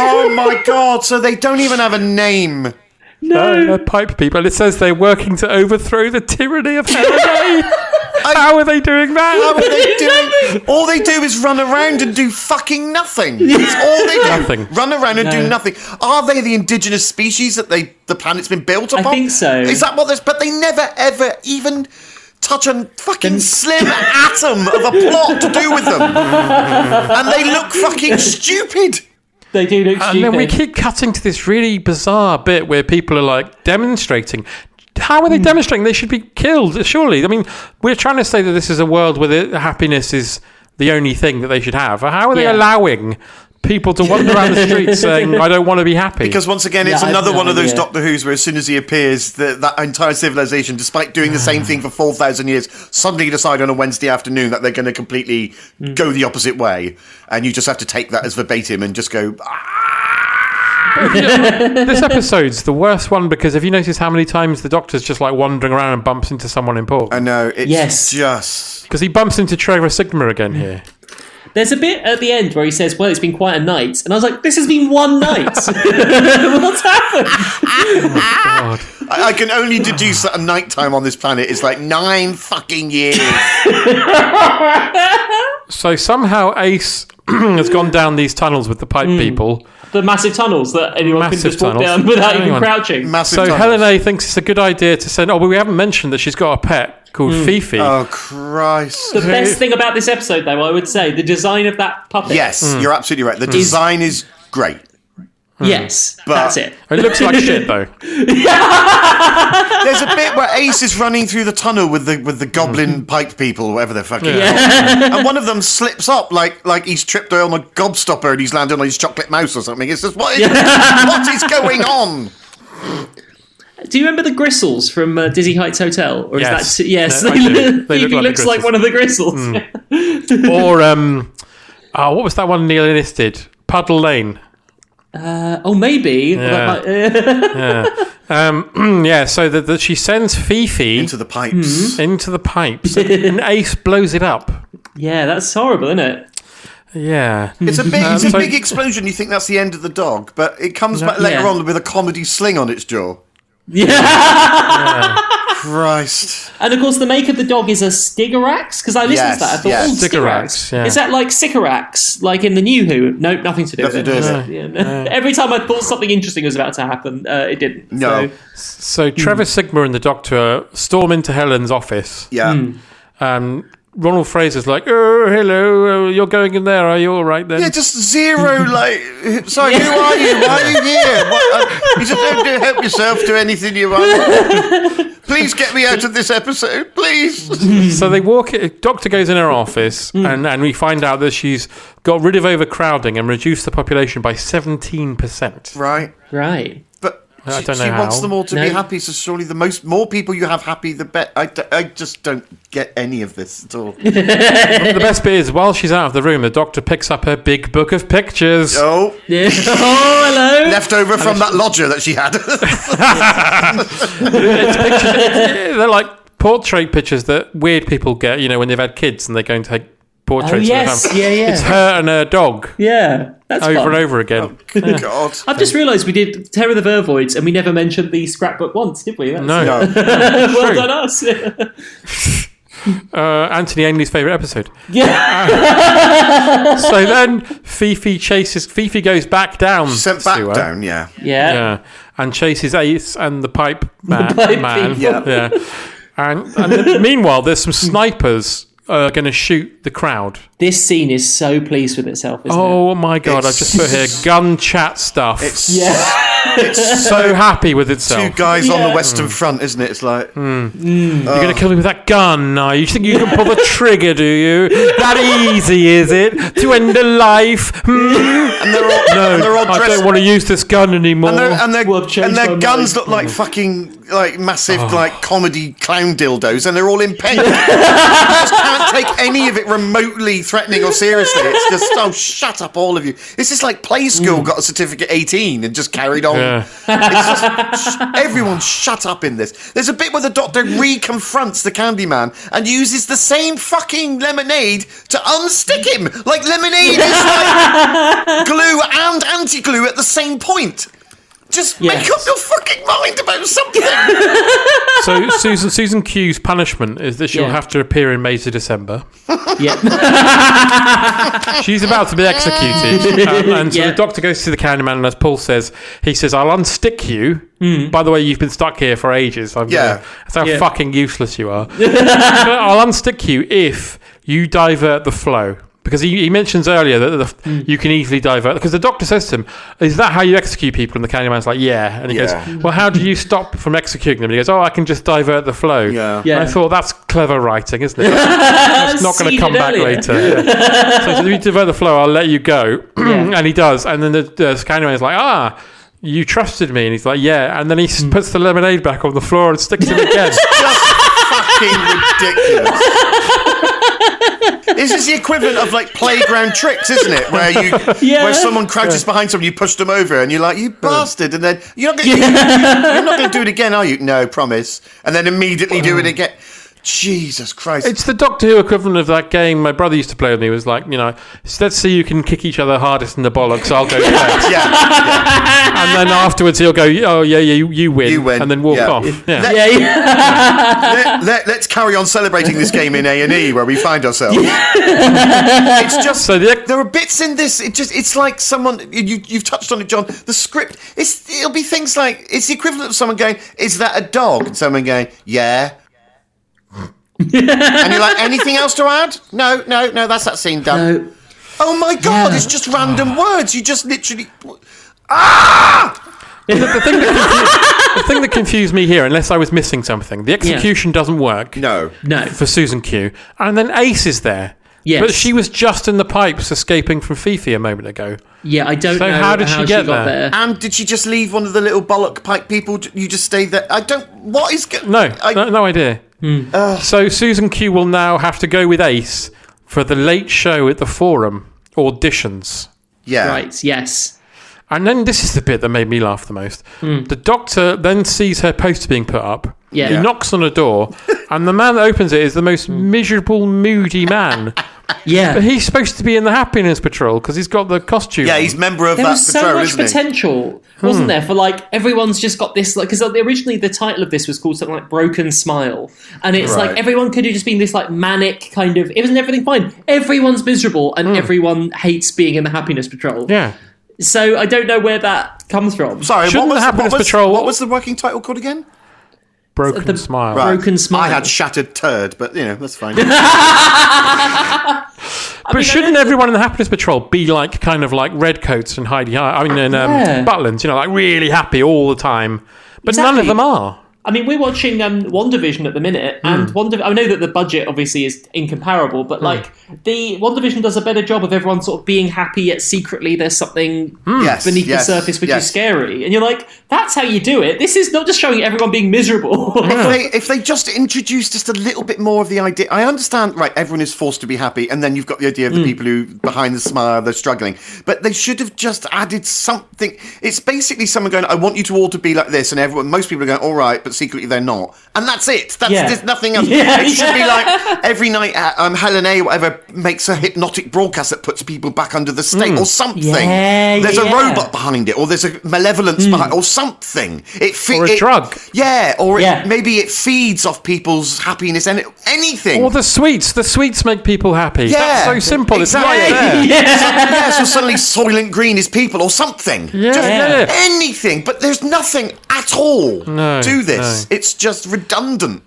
Oh my god! So they don't even have a name.
No, they're Pipe People, and it says they're working to overthrow the tyranny of Halliday. How are they doing
How are
that?
they doing? All they do is run around and do fucking nothing. That's all they do.
Nothing.
Run around and
No.
do nothing. Are they the indigenous species that they the planet's been built upon?
think so.
Is that what this? But they never ever even touch a fucking slim atom of a plot to do with them, and they look fucking stupid.
They do look stupid.
And then we keep cutting to this really bizarre bit where people are like demonstrating. How
Hmm.
are they demonstrating? They should be killed, surely. I mean, we're trying to say that this is a world where the happiness is the only thing that they should have. How are they
Yeah.
allowing people to wander around the streets saying, I don't want to be happy?
Because once again,
Yeah,
it's
I have
another
no
one of those
idea.
Doctor Who's where as soon as he appears, the, that entire civilization, despite doing the same thing for 4,000 years, suddenly decide on a Wednesday afternoon that they're going to completely
Hmm.
go the opposite way. And you just have to take that as verbatim and just go, ah,
this episode's the worst one because have you noticed how many times the doctor's just like wandering around and bumps into someone important?
no, it's
Yes.
just.
Because he bumps into Trevor Sigma again
Mm.
here.
There's a bit at the end where he says, "Well, it's been quite a night," and I was like, "This has been one night. What's happened?"
I, I can only deduce that a nighttime on this planet is like nine fucking years.
So somehow Ace has gone down these tunnels with the pipe
Mm.
people.
The massive tunnels that anyone
Massive
can just walk
tunnels.
down without
Hang
even
on.
crouching.
Massive
So
tunnels.
Helena thinks it's a good idea to send. Oh, but we haven't mentioned that she's got a pet called Fifi.
Oh, Christ.
the best thing about this episode, though, I would say, the design of that puppet.
yes, you're absolutely right. The
Hmm.
design is great.
yes, that's it.
It looks like shit though.
There's a bit where Ace is running through the tunnel with the with the goblin pipe people, whatever they're fucking. called. And one of them slips up like like he's tripped on a gobstopper and he's landed on his chocolate mouse or something. It's just what is, what is going on?
Do you remember the gristles from uh, Dizzy Heights Hotel? Or
Yes.
is that t- yes?
No, I do. They look
Phoebe
like the
looks like
gristles. Hmm.
one of the gristles.
Or um, oh, what was that one Neil Innes did? Puddle Lane.
oh, maybe. Well, that
Yeah.
might- eh,
Um, yeah. So that that she sends Fifi
Into the pipes.
into the pipes, and Ace blows it up.
yeah, that's horrible, isn't it?
Yeah.
It's a big it's
Um,
a
so-
big explosion. You think that's the end of the dog, but it comes back later
Yeah.
on with a comedy sling on its jaw.
Yeah.
Christ.
And of course, the make of the dog is a Stigarax because I listened
Yes,
to that. I thought,
yes.
oh, Stigarax.
Stigarax, yeah.
Is that like Sycorax, like in the new Who? Nope, nothing to do
Nothing
with it.
to do
Yeah, no. Every time I thought something interesting was about to happen, uh, it didn't.
No.
So,
So Trevor Sigma and the Doctor storm into Helen's office.
Yeah.
Um, Ronald Fraser's like, "Oh, hello, uh, you're going in there. Are you all right then?"
Yeah, just zero. Like, sorry, who are you? Why are you here? What, uh, you just don't do, help yourself to anything you want. Please get me out of this episode, please.
So they walk. It, doctor goes in her office,
Hmm.
and, and we find out that she's got rid of overcrowding and reduced the population by seventeen percent.
Right,
right.
but
I
she,
don't know
she wants
how.
them all to be
No.
happy. So surely the most more people you have happy, the better. I, d- I just don't get any of this at all.
The best bit is while she's out of the room, the doctor picks up her big book of pictures.
oh,
Yeah. oh, hello.
left over from that lodger that she had.
Yeah, They're like portrait pictures that weird people get, you know, when they've had kids and they go and take portraits.
Oh,
of their
yes.
family.
Yeah, yeah.
It's her and her dog
Yeah. Oh. That's
over
fun.
and over again.
God.
I've just realised we did Terror of the Vervoids and we never mentioned the scrapbook once, did we? That's
No,
No.
well
true.
done us.
uh, Anthony Ainley's favourite episode.
yeah.
so then Fifi chases. Fifi goes back down.
Sent
to
back
her.
down, yeah.
Yeah.
Yeah, and chases Ace and the pipe man.
pipe
man.
people.
Yeah. And, and then meanwhile, there's some snipers uh, going to shoot the crowd.
This scene is so pleased with itself, isn't it?
Oh my god! I just put here gun chat stuff.
It's
Yeah.
so happy with
Two
itself.
guys on
Yeah.
the Western Front, isn't it? It's like
Hmm. You're going to kill me with that gun now. You think you can pull the trigger, do you? That easy, is it? To end a life. Hmm?
and they're all, and they're all
I
dressed
don't want to use this gun anymore.
and their and their,
Well, I've changed
and their
my
guns
mind. Oh.
look like fucking like massive like comedy clown dildos, and they're all in paint. you just can't take any of it remotely threatening or seriously. It's just oh, shut up, all of you. This is like play
Hmm.
school got a certificate eighteen and just carried on.
Yeah.
It's just, sh- everyone shut up in this. There's a bit where the doctor reconfronts the Candyman and uses the same fucking lemonade to unstick him. Like lemonade is like glue and anti-glue at the same point. Just
Yes.
make up your fucking mind about something.
so Susan Susan Q's punishment is that she'll
Yeah.
have to appear in May to December.
yeah.
She's about to be executed. Um, and so
Yeah.
the doctor goes to the Candyman, and as Paul says, he says, I'll unstick you. By the way, you've been stuck here for ages. I'm
Yeah.
gonna- That's how
Hmm. Yeah.
fucking useless you are. I'll unstick you if you divert the flow. Because he, he mentions earlier that the,
Hmm.
you can easily divert. Because the doctor says to him, Is that how you execute people? And the Candyman's like, Yeah. And he
Yeah.
goes, Well, how do you stop from executing them? And he goes, Oh, I can just divert the flow.
Yeah.
Yeah.
And I thought that's clever writing, isn't it? That's not going to
Seen
come
it
back
earlier.
later. Yeah. so if you divert the flow, I'll let you go. and he does. And then the, the Scanner is like, ah, you trusted me. And he's like, yeah. And then he s puts the lemonade back on the floor and sticks it again.
just fucking ridiculous. This is the equivalent of like playground tricks, isn't it? Where you,
Yeah.
where someone crouches behind someone, you push them over, and you're like, "You bastard!" And then you're not going to do it again, are you? No, promise. And then immediately do it again. Jesus Christ!
it's the Doctor Who equivalent of that game my brother used to play with me. Was like, you know, "So let's see you can kick each other hardest in the bollocks. I'll go first.
yeah,
and then afterwards he'll go, oh yeah, yeah, you, you win.
You win.
And then walk
Yeah.
off. Yeah.
Let-
yeah, yeah.
let, us carry on celebrating this game in A and E where we find ourselves. it's just
So the
there are bits in this. It just it's like someone you you've touched on it, John. The script it's it'll be things like it's the equivalent of someone going, "Is that a dog?" And someone going, "Yeah." and you're like, anything else to add? No, no, no. That's that scene done.
No. Ah.
Oh my god! It's just random words. You just literally.
the thing that confused, the thing that confused me here, unless I was missing something, the execution doesn't work.
No.
No.
for Susan Q. And then Ace is there.
Yes.
But she was just in the pipes escaping from Fifi a moment ago.
Yeah, I don't
So
know
how did she get
got
there?
there.
And did she just leave one of the little bollock pipe people? You just stay there. I don't. What is? go-
No,
I,
no, no idea.
Hmm.
so Susan Q will now have to go with Ace for the late show at the Forum auditions.
Yeah.
Right, yes.
And then this is the bit that made me laugh the most. The doctor then sees her poster being put up.
Hmm. Yeah.
He
Yeah.
knocks on a door, and the man that opens it is the most
Hmm.
miserable, moody man.
Yeah.
but he's supposed to be in the Happiness Patrol because he's got the costume.
Yeah,
on.
he's member of
there
that
was so
patrol,
much
isn't he?
potential, wasn't
Hmm.
there? For like everyone's just got this like because originally the title of this was called something like Broken Smile, and it's
Right.
like everyone could have just been this like manic kind of. It wasn't everything fine. Everyone's miserable and everyone hates being in the Happiness Patrol.
Hmm. Yeah.
So I don't know where that comes from.
Sorry,
Shouldn't
what was
the Happiness
what was,
Patrol-
What was the working title called again?
Broken
The-
smile.
Right. Broken
I
Smile.
had shattered turd, but you know that's fine.
But shouldn't everyone in the Happiness Patrol be like kind of like redcoats and Heidi High? I mean, in um,
Yeah.
Butlins, you know, like really happy all the time. But none of
Exactly.
them are.
I mean, we're watching um, WandaVision at the
Hmm.
minute, and Wanda. I know that the budget obviously is incomparable, but like the WandaVision does a better job of everyone sort of being happy, yet secretly there's something
Hmm. Yes,
beneath
yes,
the surface which
yes.
is scary. And you're like, that's how you do it. This is not just showing everyone being miserable.
if, they, if they just introduced just a little bit more of the idea, I understand. Right, everyone is forced to be happy, and then you've got the idea of
Mm.
the people who behind the smile they're struggling. But they should have just added something. It's basically someone going, "I want you to all to be like this," and everyone, most people are going, "All right," but secretly they're not, and that's it. That's
Yeah.
there's nothing else.
Yeah,
it should be
yeah.
like every night, uh, um, Helen A. whatever makes a hypnotic broadcast that puts people back under the state or something.
Mm. Yeah,
there's a
yeah. Mm.
robot behind it, or there's a malevolence behind, or something. It fi-
Or a
it-
drug.
yeah, or
Yeah.
It, maybe it feeds off people's happiness and it, anything.
Or the sweets. The sweets make people happy.
yeah,
Oh, That's so simple. It's right there.
Exactly. Yeah. so suddenly Soylent Green is people or something.
Yeah.
Just
Yeah.
anything. But there's nothing at all
No,
to this. It's just redundant.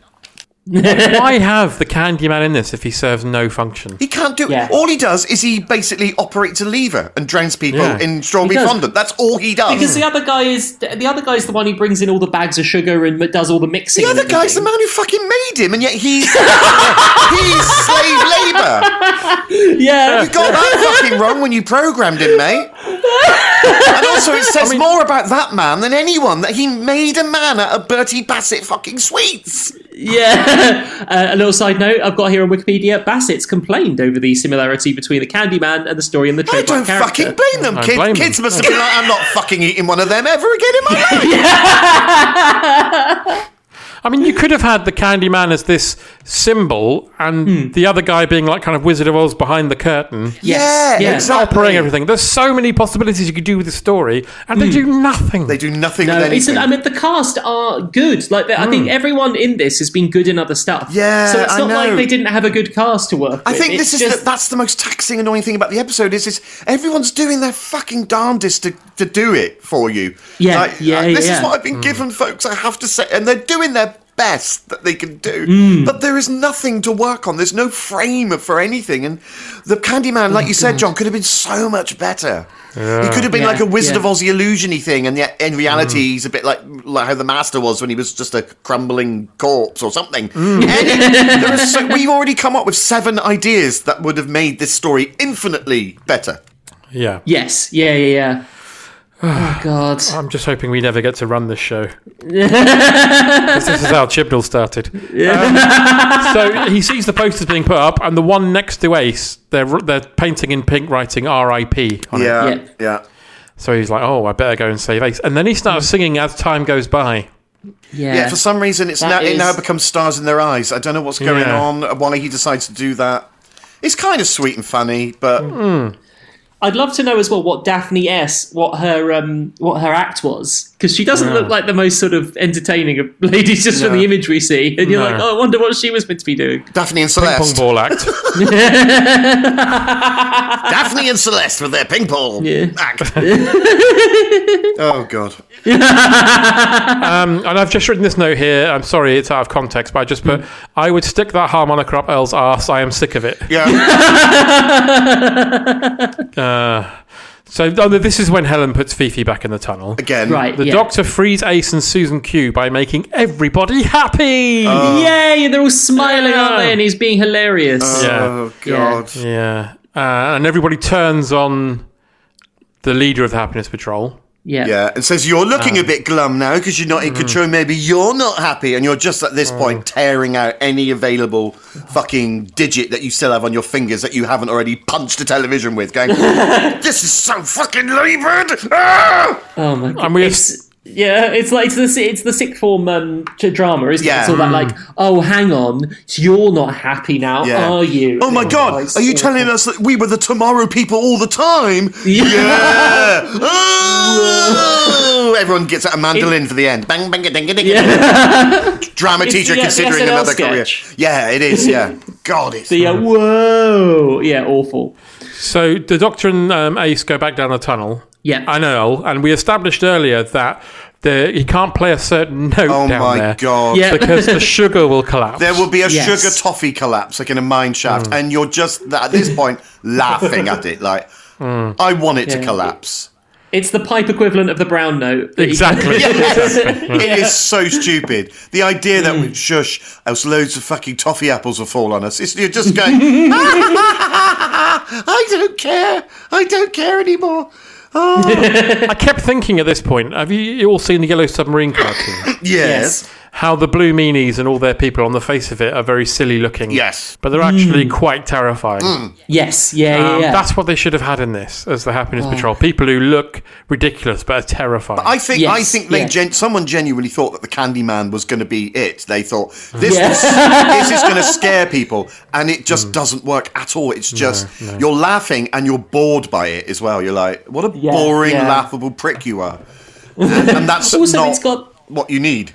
Why have the Candyman in this if he serves no function?
He can't do it.
Yeah.
All he does is he basically operates a lever and drowns people
Yeah.
in strawberry
He does.
fondant. That's all he does.
Because the other guy is the other guy's the one who brings in all the bags of sugar and does all the mixing.
The
and
other guy's the
everything.
man who fucking made him, and yet he's he's slave labour.
Yeah,
You got that fucking wrong when you programmed him, mate. And also, it says more about that man than anyone that he made a man out of Bertie Bassett fucking sweets.
yeah. Uh, a little side note I've got here on Wikipedia: Bassett's complained over the similarity between the Candyman and the story in the
I
trademark
don't
character.
fucking blame them,
I
kids.
blame
kids
them.
must have been like, I'm not fucking eating one of them ever again in my life.
I mean, you could have had the Candyman as this symbol and
Hmm.
the other guy being like kind of Wizard of Oz behind the curtain.
Yeah,
Yeah.
exactly.
Operating everything. There's so many possibilities you could do with the story, and they do nothing.
Hmm. They do nothing
No,
with
it's
anything. Hmm.
I mean, the cast are good. Like, I think everyone in this has been good in other stuff.
Yeah,
so it's
I
not
know.
like they didn't have a good cast to work.
I
with.
think
It's
this is
just,
the, that's the most taxing, annoying thing about the episode is is everyone's doing their fucking darndest to, to do it for you.
Yeah, yeah,
This is
yeah.
what I've been given, folks. I have to say, and they're doing their best that they can do,
Hmm.
but there is nothing to work on. There's no frame for anything, and the Candyman, like you said, John, could have been so much better. He could have been
Oh, Yeah,
like a Wizard
yeah.
of Oz illusiony thing, and yet in reality,
Hmm.
he's a bit like, like how the Master was when he was just a crumbling corpse or something.
Hmm.
Any- there is so, we've already come up with seven ideas that would have made this story infinitely better.
yeah.
yes, yeah, yeah, yeah. oh God.
I'm just hoping we never get to run this show. 'Cause this is how Chibnall started. Um, so he sees the posters being put up, and the one next to Ace, they're, they're painting in pink writing RIP on it.
Yeah.
yeah.
So he's like, oh, I better go and save Ace. And then he starts singing as time goes by.
Yeah.
Yeah, for some reason, it's now,
That
it now
is-
becomes stars in their eyes. I don't know what's going
Yeah.
on, why he decides to do that. It's kind of sweet and funny, but
Mm. I'd love to know as well what Daphne S. what her um what her act was because she doesn't look like the most sort of entertaining of ladies just from the image we see, and you're
No.
like, oh, I wonder what she was meant to be doing.
Daphne and
Ping pong
Celeste.
ball act.
Daphne and Celeste with their ping pong. act. oh, God.
And I've just written this note here. I'm sorry, it's out of context, but I just put, I would stick that harmonica up Earl's arse. I am sick of it.
Yeah.
So oh, this is when Helen puts Fifi back in the tunnel.
Again.
Right.
The
yeah.
doctor frees Ace and Susan Q by making everybody happy.
Oh. Uh,
Yay! And they're all smiling, aren't
Yeah.
they? And he's being hilarious.
yeah.
Oh, God.
Yeah. Uh, and everybody turns on the leader of the Happiness Patrol.
yeah.
Yeah, and says you're looking a
Um,
bit glum now because you're
mm.
not in control. Maybe you're not happy, and you're just at this point tearing out any available fucking digit that you still have on your fingers that you haven't already punched the television with. Going, this is so fucking laboured. Ah!
Oh my god.
And we have-
It's- yeah, it's like it's the si- it's the sick form um, t- drama, isn't it?
Yeah. Mm.
It's all that like, oh, hang on, so you're not happy now,
Yeah.
are you?
Oh my god,
it's
are you
awful.
telling us that we were the tomorrow people all the time?
Yeah.
Yeah. Oh! Everyone gets out a mandolin for the end. Bang bang ding ding. Drama
It's
teacher
the- the
considering
SNL
another
sketch.
career. Yeah, it is. Yeah. God, it's
The, uh, whoa, yeah, awful.
So the Doctor and um, Ace go back down the tunnel.
Yeah.
I know. And we established earlier that the, he can't play a certain note
Oh
down
my
there
god.
Yeah.
because the sugar will collapse.
There will be a
Yes.
sugar toffee collapse, like in a mine shaft,
Mm.
and you're just at this point laughing at it. Like,
Mm.
I want it to
Yeah.
collapse.
It's the pipe equivalent of the brown note. that you-
Exactly.
It is so stupid. The idea
Mm.
that we shush, else loads of fucking toffee apples will fall on us. It's, you're just going, I don't care. I don't care anymore. Oh,
I kept thinking at this point, have you, you all seen the Yellow Submarine cartoon?
Yes.
How the blue meanies and all their people on the face of it are very silly looking.
Yes. Mm.
But they're actually quite terrifying.
Yes. Yeah. Yeah.
Um,
Mm. yeah.
That's what they should have had in this as the Happiness Patrol. People who look ridiculous but are terrifying.
I think I
Yes,
think they
yeah.
gen- someone genuinely thought that the Candyman was going to be it. They thought this
Yeah.
is, this is going to scare people, and it just
Mm.
doesn't work at all. It's just you're laughing and you're bored by it as well. You're like, what a
Yeah,
boring,
yeah.
laughable prick you are, and, and that's
also,
not
it's got
what you need.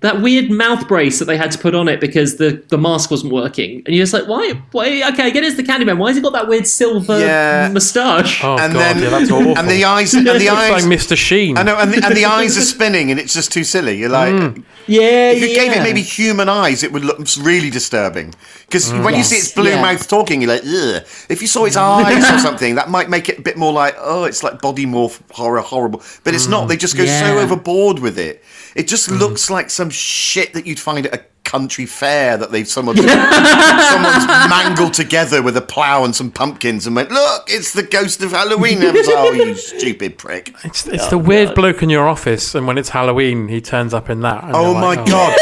that weird mouth brace that they had to put on it because the, the mask wasn't working. And you're just like, why? why okay, I get it's the Candyman. Why has he got that weird silver
Yeah.
moustache?
Oh
and
god,
then
yeah, that's awful.
and the eyes and the
It's like
eyes.
Mr. Sheen.
I know, and the, and the eyes are spinning, and it's just too silly. You're like,
Mm.
Yeah,
if you
yeah.
gave it maybe human eyes, it would look really disturbing. Because when
Mm. Yes,
you see its blue
yeah. Mm.
mouth talking, you're like, ugh. If you saw its eyes or something, that might make it a bit more like, oh, it's like body morph horror, horrible. But it's not. They just go so
Mm. Yeah. Mm.
overboard with it. It just looks like some shit that you'd find at a country fair that they've someone someone's mangled together with a plough and some pumpkins and went, look, it's the ghost of Halloween. I was, oh, you stupid prick.
It's, it's the weird bloke in your office, and when it's Halloween, he turns up in that. and
Oh
you're
my
like,
god.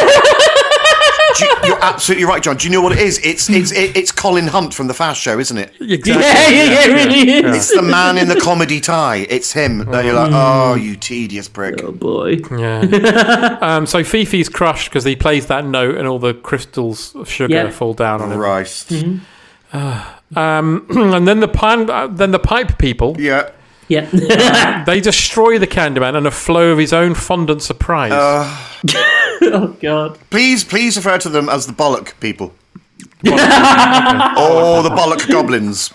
Do you, you're absolutely right, John. Do you know what it is? It's it's it, it's Colin Hunt from the Fast Show, isn't it?
Exactly.
Yeah, yeah, yeah, it really is.
It's the man in the comedy tie. It's him. Now you're like, oh, you tedious prick.
Oh boy.
Yeah. um, so Fifi's crushed because he plays that note and all the crystals of sugar
Yeah.
fall down on him.
Christ.
Mm-hmm.
Um, and then the pan, uh, then the pipe people
Yeah.
Yeah.
they destroy the Candyman and a flow of his own fondant surprise.
Uh,
oh god.
Please, please refer to them as the bollock people. or the bollock goblins.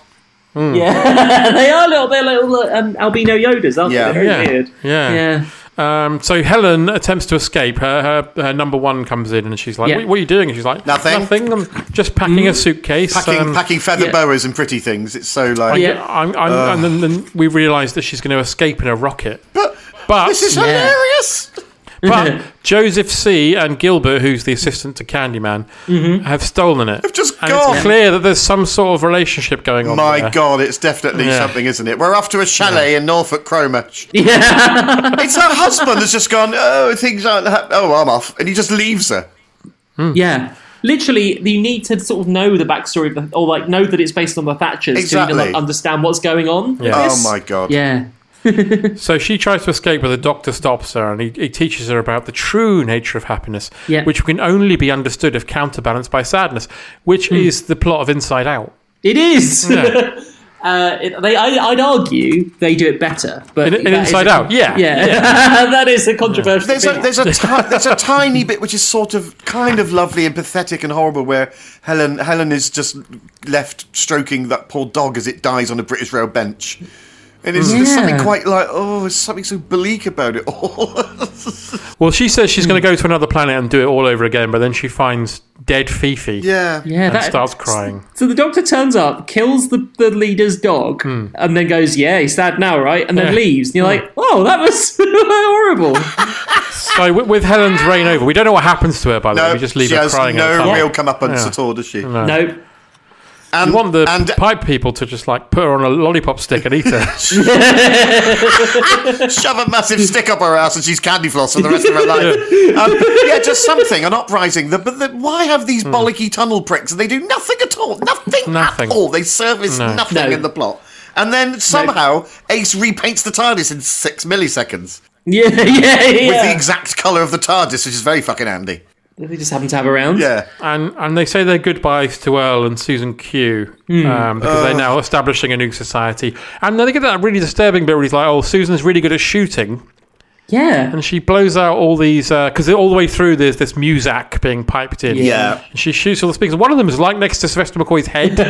Yeah, they are a little bit like all the um, albino Yodas, aren't
Yeah.
they? They're
Yeah.
Very weird.
Yeah.
Yeah.
Um, so Helen attempts to escape. Her, her her number one comes in and she's like,
Yeah. Mm.
what, what are you doing?" And she's like,
Nothing.
Nothing. I'm just packing a suitcase.
Packing
um,
packing feather
yeah. Oh,
boas and pretty things. It's so like
Yeah.
I'm, I'm, and then, then we realise that she's going to escape in a rocket.
But
But
this is
Yeah.
hilarious.
But Joseph C. and Gilbert, who's the assistant to Candyman,
Mm-hmm.
have stolen it. Have
just
and
gone.
It's clear that there's some sort of relationship going on.
My
there.
God, it's definitely
Yeah.
something, isn't it? We're off to a chalet in Norfolk Cromer. it's her husband that's just gone. Oh, things aren't. hap oh, I'm off, and he just leaves her.
Hmm.
Yeah. Literally, you need to sort of know the backstory of the, or like know that it's based on the Thatchers to
Exactly.
even, like, understand what's going on. with
Yeah.
this.
Oh my God.
Yeah.
So she tries to escape, but the doctor stops her, and he, he teaches her about the true nature of happiness,
Yeah.
which can only be understood if counterbalanced by sadness, which
Hmm.
is the plot of Inside Out.
It is.
Yeah.
uh, it, they, I, I'd argue they do it better, but
In- in
that is
Inside
a-
Out, yeah.
yeah, that is a controversial.
There's a
opinion.
there's a ti- there's a tiny bit which is sort of kind of lovely and pathetic and horrible where Helen Helen is just left stroking that poor dog as it dies on a British Rail bench, and it's there's something
Yeah.
quite like oh, there's something so bleak about it all.
Well, she says she's
Hmm.
going to go to another planet and do it all over again, but then she finds dead Fifi
yeah.
yeah,
and
that,
starts crying.
So the doctor turns up, kills the, the leader's dog, and then goes, "Yeah, he's sad now, right?" And then
Hmm. Yeah. Hmm.
leaves. And you're like, "Oh, that was horrible."
So with, with Helen's reign over, we don't know what happens to her. By the way,
No,
we just leave
she
her
has
crying. in a
no
tunnel.
real comeuppance
Yeah.
at all, does she?
no,
And,
You want the
and
pipe people to just like put her on a lollipop stick and eat her.
shove a massive stick up her ass and she's candy floss for the rest of her life. Um, yeah, just something, an uprising. The, but the, why have these bollocky tunnel pricks? They do nothing at all. Nothing,
Hmm. Nothing.
at all. They service nothing
No.
in the plot. And then somehow Ace repaints the TARDIS in six milliseconds
yeah, yeah, yeah.
with the exact colour of the TARDIS, which is very fucking handy.
they just happen to have around.
Yeah.
and and they say their goodbyes to Earl and Susan Q
Hmm.
um, because
Uh.
they're now establishing a new society. And then they get that really disturbing bit where he's like, "Oh, Susan's really good at shooting,"
yeah.
and she blows out all these because all the way through there's this muzak being piped in.
Yeah.
And she shoots all the speakers. One of them is like next to Sylvester McCoy's head.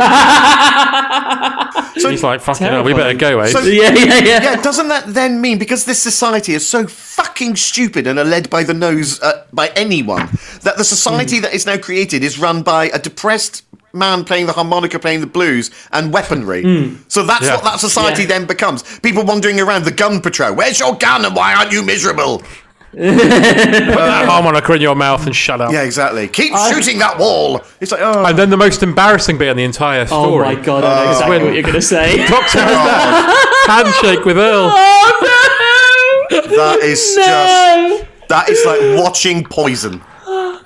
So,
he's like, "Fucking hell, we better go." Eh?
so-
Yeah, yeah, yeah.
yeah, doesn't that then mean because this society is so fucking stupid and are led by the nose uh, by anyone that the society that is now created is run by a depressed man playing the harmonica, playing the blues, and weaponry? So that's
Yeah.
what that society
Yeah.
then becomes. People wandering around the gun patrol. Where's your gun and why aren't you miserable?
Put that harmonica in your mouth and shut up.
Yeah, exactly. Keep shooting that wall. It's like oh.
And then the most embarrassing bit in the entire
Oh
story.
my god, I know exactly
when-
what you're gonna say.
Doctor has that handshake with Earl.
oh no!
That is just
No!
that is like watching poison.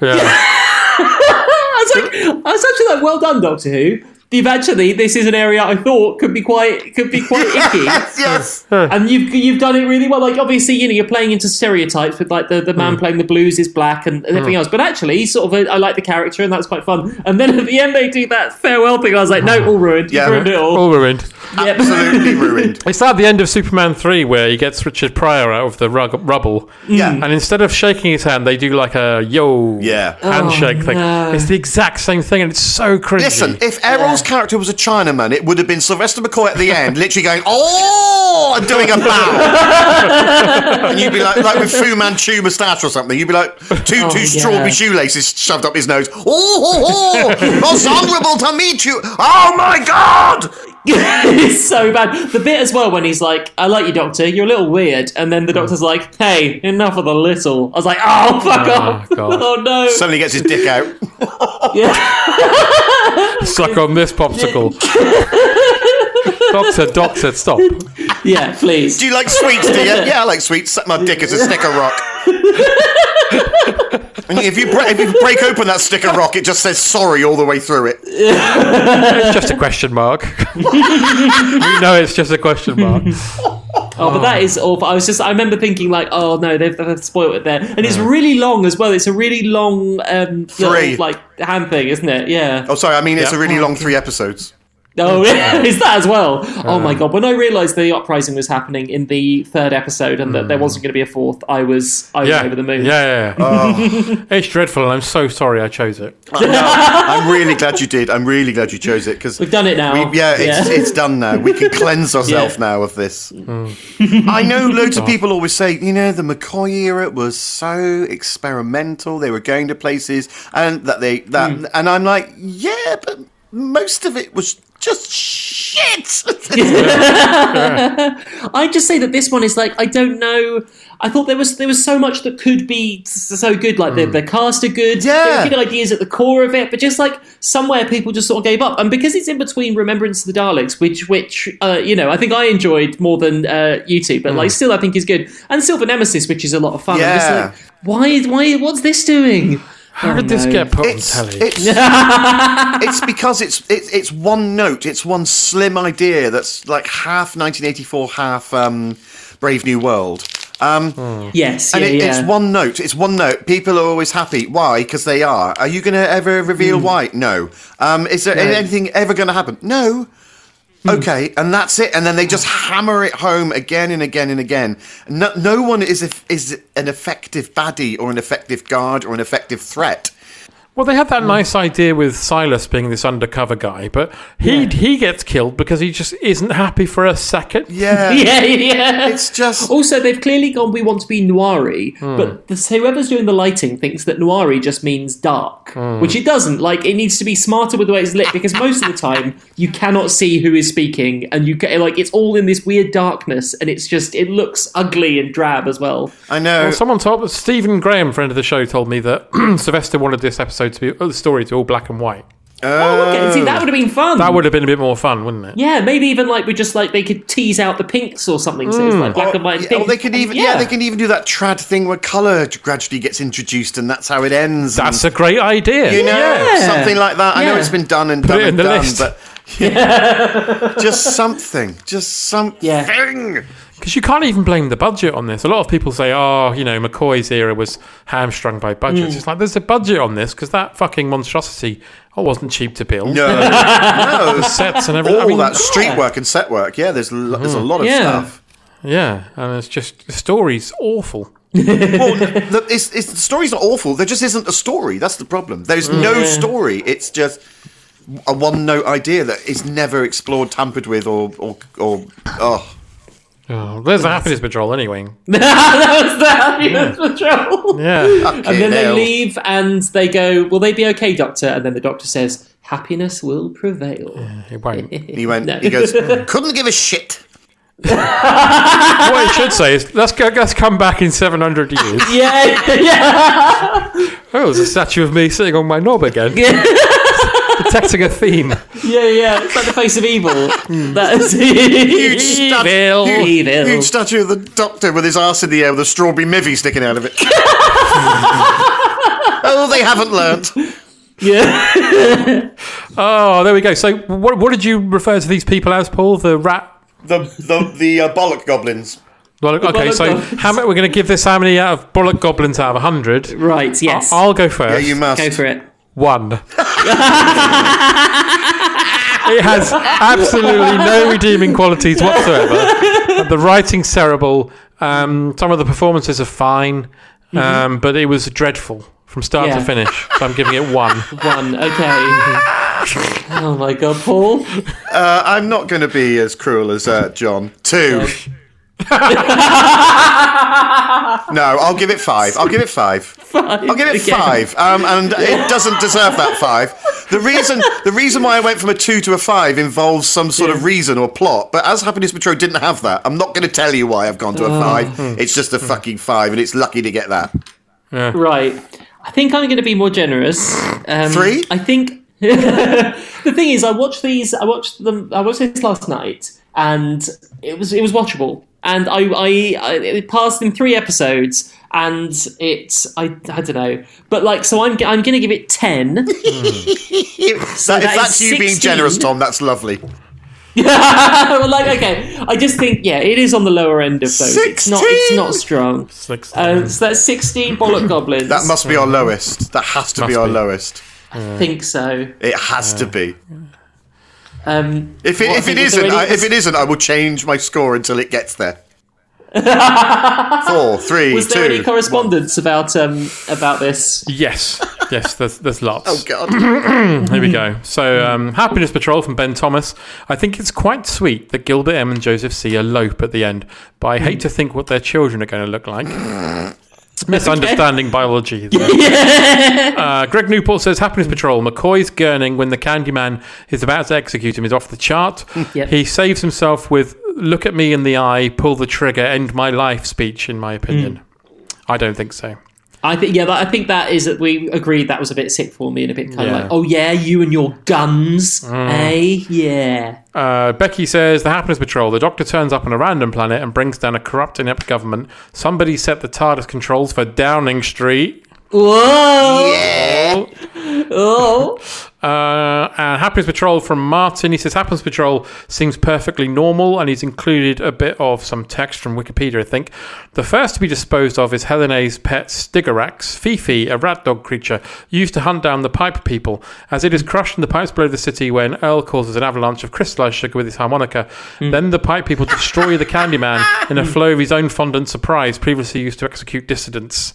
Yeah.
I was like, I was actually like, well done, Doctor Who. You've actually, this is an area I thought could be quite, could be quite icky.
yes.
and you've you've done it really well. Like obviously, you know, you're playing into stereotypes with like the, the man playing the blues is black and, and everything else. But actually, he's sort of a, I like the character and that's quite fun. And then at the end, they do that farewell thing. I was like, no, all ruined.
Yeah.
Oh.
You ruined it all.
All ruined.
absolutely ruined.
It's at the end of Superman 3 where he gets Richard Pryor out of the rug- rubble.
Yeah.
Mm.
And instead of shaking his hand, they do like a yo
Yeah.
handshake thing.
Oh, no.
It's the exact same thing and it's so cringy.
Listen, if Errol's character was a Chinaman, it would have been Sylvester McCoy at the end, literally going, oh, and doing a bow. and you'd be like, like with Fu Manchu moustache or something, you'd be like, two two
yeah.
strawberry shoelaces shoved up his nose. Oh, oh, oh, most honourable to meet you. Oh, my God.
it's so bad. The bit as well when he's like, "I like you, Doctor. You're a little weird," and then the Doctor's like, "Hey, enough of the little." I was like, "Oh fuck off!
God.
oh no!"
Suddenly gets his dick out.
yeah.
Suck on this popsicle. doctor, doctor, stop.
yeah, please.
Do you like sweets, do you? Yeah, I like sweets. Suck my dick, it's a sticker rock. and if you, bre- if you break open that sticker rock, it just says sorry all the way through it.
It's just a question mark. we know it's just a question mark.
Oh, but that is awful. I was just, I remember thinking like, oh no, they've, they've spoiled it there, and it's really long as well. It's a really long, um, little,
Three.
like hand thing, isn't it? Yeah.
Oh, sorry. I mean, it's a really long three episodes.
Oh, is that as well? Oh my god! When I realised the uprising was happening in the third episode and that there wasn't going to be a fourth, I was, I was
Yeah.
over the moon.
Yeah, yeah, yeah.
Oh.
it's dreadful and I'm so sorry I chose it.
Oh,
I'm really glad you did. I'm really glad you chose it because
We've done it now.
yeah, it's, it's done now. We can cleanse ourselves
Yeah. Mm. Oh.
now of this. I know loads of people always say, you know, the McCoy era was so experimental. They were going to places, and that they that,
Mm.
and I'm like, yeah, but most of it was just shit.
I just say that this one is like I don't know. I thought there was there was so much that could be s- so good. Like the, the cast are good.
Hmm. Yeah.
there are good ideas at the core of it, but just like somewhere people just sort of gave up. And because it's in between Remembrance of the Daleks, which which uh, you know I think I enjoyed more than uh, you two, but like still I think is good. And Silver Nemesis, which is a lot of fun. I'm just
Hmm. Yeah.
like, why why what's this doing?
How did this
no.
get put
It's,
on telly?
it's, it's because it's it's it's one note, it's one slim idea that's like half 1984, half um, Brave New World. Um,
Yes,
and
yeah,
it,
yeah.
it's one note. It's one note. People are always happy. Why? Because they are. Are you going to ever
Hmm.
reveal why? No. Um, is there anything ever going to happen? No.
Hmm.
Okay, and that's it. And then they just hammer it home again and again and again. No, no one is if, is an effective baddie or an effective guard or an effective threat.
Well, they had
Mm.
that nice idea with Silas being this undercover guy, but he he gets killed because he just isn't happy for a second.
Yeah,
yeah, yeah.
it's just
Also, they've clearly gone, we want to be noiry,
Hmm.
but the, whoever's doing the lighting thinks that noiry just means dark,
Hmm.
which it doesn't. Like, it needs to be smarter with the way it's lit because most of the time you cannot see who is speaking, and you ca- like it's all in this weird darkness, and it's just it looks ugly and drab as well.
I know.
Well, someone told Stephen Graham, friend of the show, told me that Sylvester wanted this episode to be oh, the story to be all black and white.
Oh, okay. See,
Uh,
that would have been fun.
Mm.
That would have been a bit more fun, wouldn't it?
Yeah, maybe even like we just like they could tease out the pinks or something. So it's like black and
Yeah,
white. and pink.
Hmm. or they can even yeah. they can even do that trad thing where color gradually gets introduced and that's how it ends. and-
That's a great idea.
you know
Yeah.
something like that. I know
Yeah.
it's been done and
Put
done
it in
and
the
done,
list.
but just something, just something.
Yeah.
Because you can't even blame the budget on this. A lot of people say, oh, you know, McCoy's era was hamstrung by
Mm.
budgets. It's like, there's a budget on this because that fucking monstrosity oh, wasn't cheap to build.
No, no.
The sets and everything. Mm.
All
I mean,
that street work and set work. Yeah, there's lo- there's a lot of
Yeah.
stuff.
Yeah, and it's just, the story's awful.
Well, the, it's, it's, the story's not awful. There just isn't a story. That's the problem. There's no story. It's just a one note idea that is never explored, tampered with, or or or oh.
Oh, there's the Happiness Patrol anyway.
that was the happiness patrol.
Yeah.
And then they
hell.
leave and they go, Will they be okay, doctor? And then the doctor says, Happiness will prevail.
It won't.
He went. He goes. Couldn't give a shit.
what it should say is, let's, go, let's come back in 700 years.
Yeah, yeah.
Oh, there's a statue of me sitting on my knob again. Protecting a theme.
Yeah, yeah. It's like the face of evil. that is
Huge, stat-
Evil.
huge,
Evil.
huge statue of the doctor with his ass in the air with a strawberry mivvy sticking out of it. oh, they haven't learnt.
Yeah.
Oh, there we go. So, what, what did you refer to these people as, Paul? The rat
The the, the uh, bollock goblins.
Well, okay,
bollock
so
goblins.
how many, we're going to give this how many out of bollock goblins out of 100?
Right, yes.
I'll go first.
Yeah, you must.
go for it.
One. It has absolutely no redeeming qualities whatsoever. the writing's terrible. Um, some of the performances are fine, um, but it was dreadful from start
Yeah.
to finish. So I'm giving it one.
One. Okay. oh my god, Paul.
Uh, I'm not going to be as cruel as uh, John. Two. no, I'll give it five. I'll give it five. I'll give it
again.
five. Um, and it doesn't deserve that five. The reason the reason why I went from a two to a five involves some sort of reason or plot. But as Happiness Betrothed didn't have that, I'm not going to tell you why I've gone to
Oh.
a five. It's just a fucking five, and it's lucky to get that.
Right. I think I'm going to be more generous. Um,
Three?
I think the thing is, I watched these. I watched them. I watched this last night, and it was it was watchable. And I I, I it passed in three episodes, and it's I I don't know, but like so I'm g- I'm going to give it ten.
That- if
that is
that's you being
16.
generous, Tom, that's lovely.
Well, like okay, I just think yeah, it is on the lower end of those. It's not it's not strong. Um, so that's sixteen bollock goblins.
That must be our lowest. That has to be our
be.
lowest.
I think so.
It has to be.
Um,
If it,
What,
if it
was there
isn't,
any
I,
others?
if it isn't, I will change my score until it gets there. Four, three,
was there
two,
any correspondence about um about this?
Yes, yes, there's, there's lots.
one. Oh, God.
Here we go. So, um, Happiness Patrol from Ben Thomas. I think it's quite sweet that Gilbert M and Joseph C elope at the end, but I hate to think what their children are going to look like. Misunderstanding biology. there. Uh, Greg Newport says Happiness Patrol. McCoy's gurning when the Candyman is about to execute him is off the chart.
Yep.
He saves himself with "Look at me in the eye, pull the trigger, end my life" speech. In my opinion, I don't think so.
I think yeah, that, I think that is that we agreed that was a bit sick for me and a bit kind
Yeah. Mm.
of like, oh yeah, you and your guns, eh? Yeah,
Uh, Becky says the Happiness Patrol. The Doctor turns up on a random planet and brings down a corrupt, inept government. Somebody set the TARDIS controls for Downing Street.
whoa, oh,
Uh, and Happiness Patrol from Martin. He says Happiness Patrol seems perfectly normal, and he's included a bit of some text from Wikipedia, I think. The first to be disposed of is Helen A's pet Stigarax, Fifi, a rat dog creature used to hunt down the pipe people. As it is crushed in the pipes below the city, when Earl causes an avalanche of crystallized sugar with his harmonica, then the pipe people destroy the Candyman in a flow of his own fondant surprise, previously used to execute dissidents.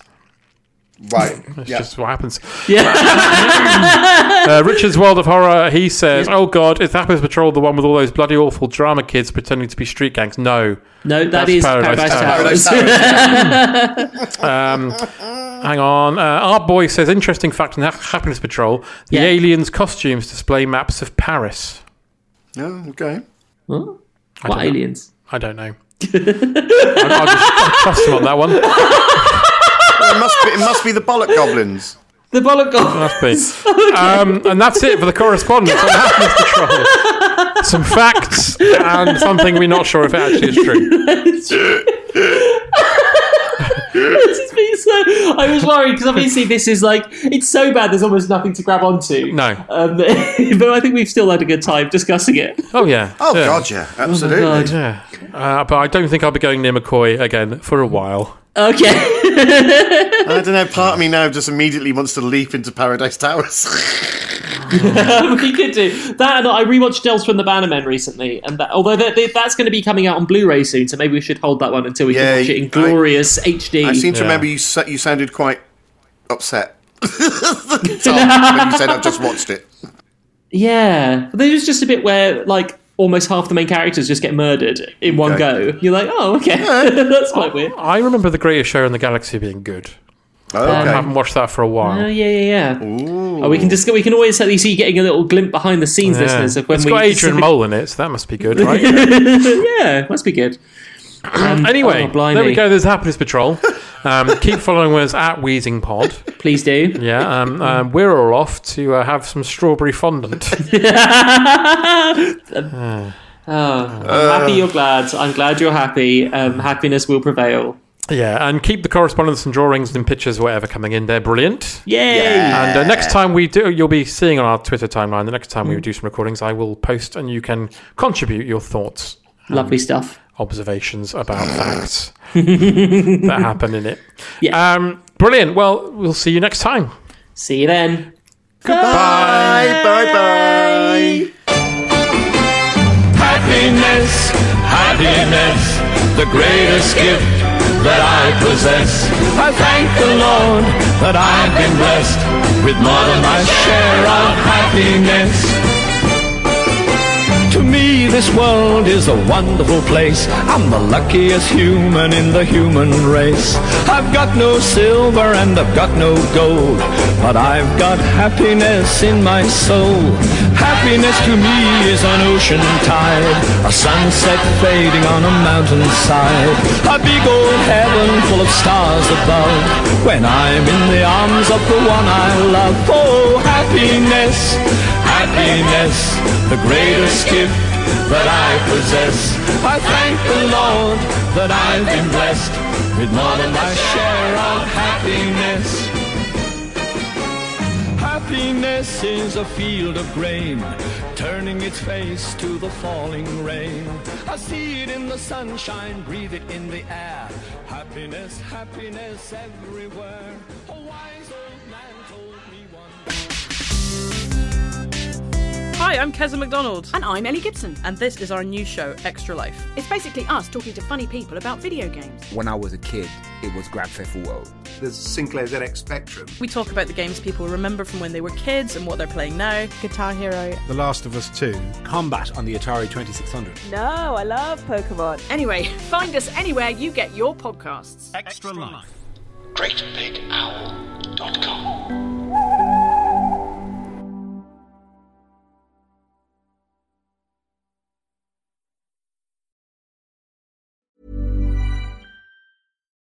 Right. Yeah.
That's just what happens. Yeah. uh, Richard's World of Horror, he says, Oh God, is Happiness Patrol the one with all those bloody awful drama kids pretending to be street gangs? No.
no, that
That's
is
Paradise
Paradise,
Towers.
Towers.
Hang on. Uh, our boy says, Interesting fact on Hap- Happiness Patrol the
Yeah.
aliens' costumes display maps of Paris.
Oh, okay.
Huh? What aliens?
I don't know. I'll, I'll just I'll trust him on that one.
Well, it must be. It must be the bollock goblins.
The bollock goblin.
Must be. Um, and that's it for the correspondence on Happiness Patrol. Some facts and something we're not sure if it actually is true.
It's been so- I was worried because obviously this is like it's so bad. There's almost nothing to grab onto.
No.
um, but I think we've still had a good time discussing it.
Oh, yeah.
Oh
yeah.
God, yeah, absolutely.
God.
Yeah, uh, but I don't think I'll be going near McCoy again for a while.
Okay,
I don't know. Part of me now just immediately wants to leap into Paradise Towers.
we could do that. And I rewatched Dells from the Bannermen recently, and that, although that, that- that's going to be coming out on Blu-ray soon, so maybe we should hold that one until we
Yeah,
can watch it
I-
in glorious HD.
I seem to
Yeah.
remember you. sa- You sounded quite upset. Tom, when you said I've just watched it.
yeah, but there's just a bit where like almost half the main characters just get murdered in one
Okay.
go. You're like, oh, okay, that's quite weird.
I remember the greatest show in the galaxy being good. I
Okay.
haven't watched that for a
Oh
while.
yeah, yeah, yeah. Oh, we can just we can always at least see you getting a little glimpse behind the scenes,
Yeah.
listeners,
It's
of when we.
got Adrian Mole in it, so that must be good, right?
Yeah, must be good. Um,
anyway,
oh, blimey.
there we go. There's Happiness Patrol. Um, keep following us at Wheezing Pod.
Please do.
Yeah, um, um, we're all off to uh, have some strawberry fondant.
I'm
Uh.
happy you're glad. I'm glad you're happy. Um, happiness will prevail.
yeah, and keep the correspondence and drawings and pictures, whatever, coming in. They're brilliant.
Yay!
And uh, next time we do, you'll be seeing on our Twitter timeline. The next time
Mm.
we do some recordings, I will post and you can contribute your thoughts.
Lovely stuff.
observations about facts that happen in it.
Yeah.
Um, brilliant. Well, we'll see you next time.
See you then.
Bye. Bye. Bye.
Happiness, happiness, the greatest gift that I possess. I thank the Lord that I've been blessed with more than my share of happiness. To me, this world is a wonderful place. I'm the luckiest human in the human race. I've got no silver and I've got no gold, but I've got happiness in my soul. Happiness to me is an ocean tide, a sunset fading on a mountainside, a big old heaven full of stars above. When I'm in the arms of the one I love, oh, happiness, happiness, the greatest gift that I possess. I thank the Lord that I've been blessed with more than my share of happiness. Happiness is a field of grain, turning its face to the falling rain. I see it in the sunshine, breathe it in the air. Happiness, happiness everywhere. A wise old man told me once.
Hi, I'm Keza McDonald.
And I'm Ellie Gibson.
And this is our new show, Extra Life.
It's basically us talking to funny people about video games.
When I was a kid, it was Grand Theft Auto.
The Sinclair ZX Spectrum.
We talk about the games people remember from when they were kids and what they're playing now.
Guitar Hero.
The Last of Us 2. Combat on the Atari 2600.
No, I love Pokemon.
Anyway, find us anywhere you get your podcasts.
Extra, Life. GreatBigOwl.com.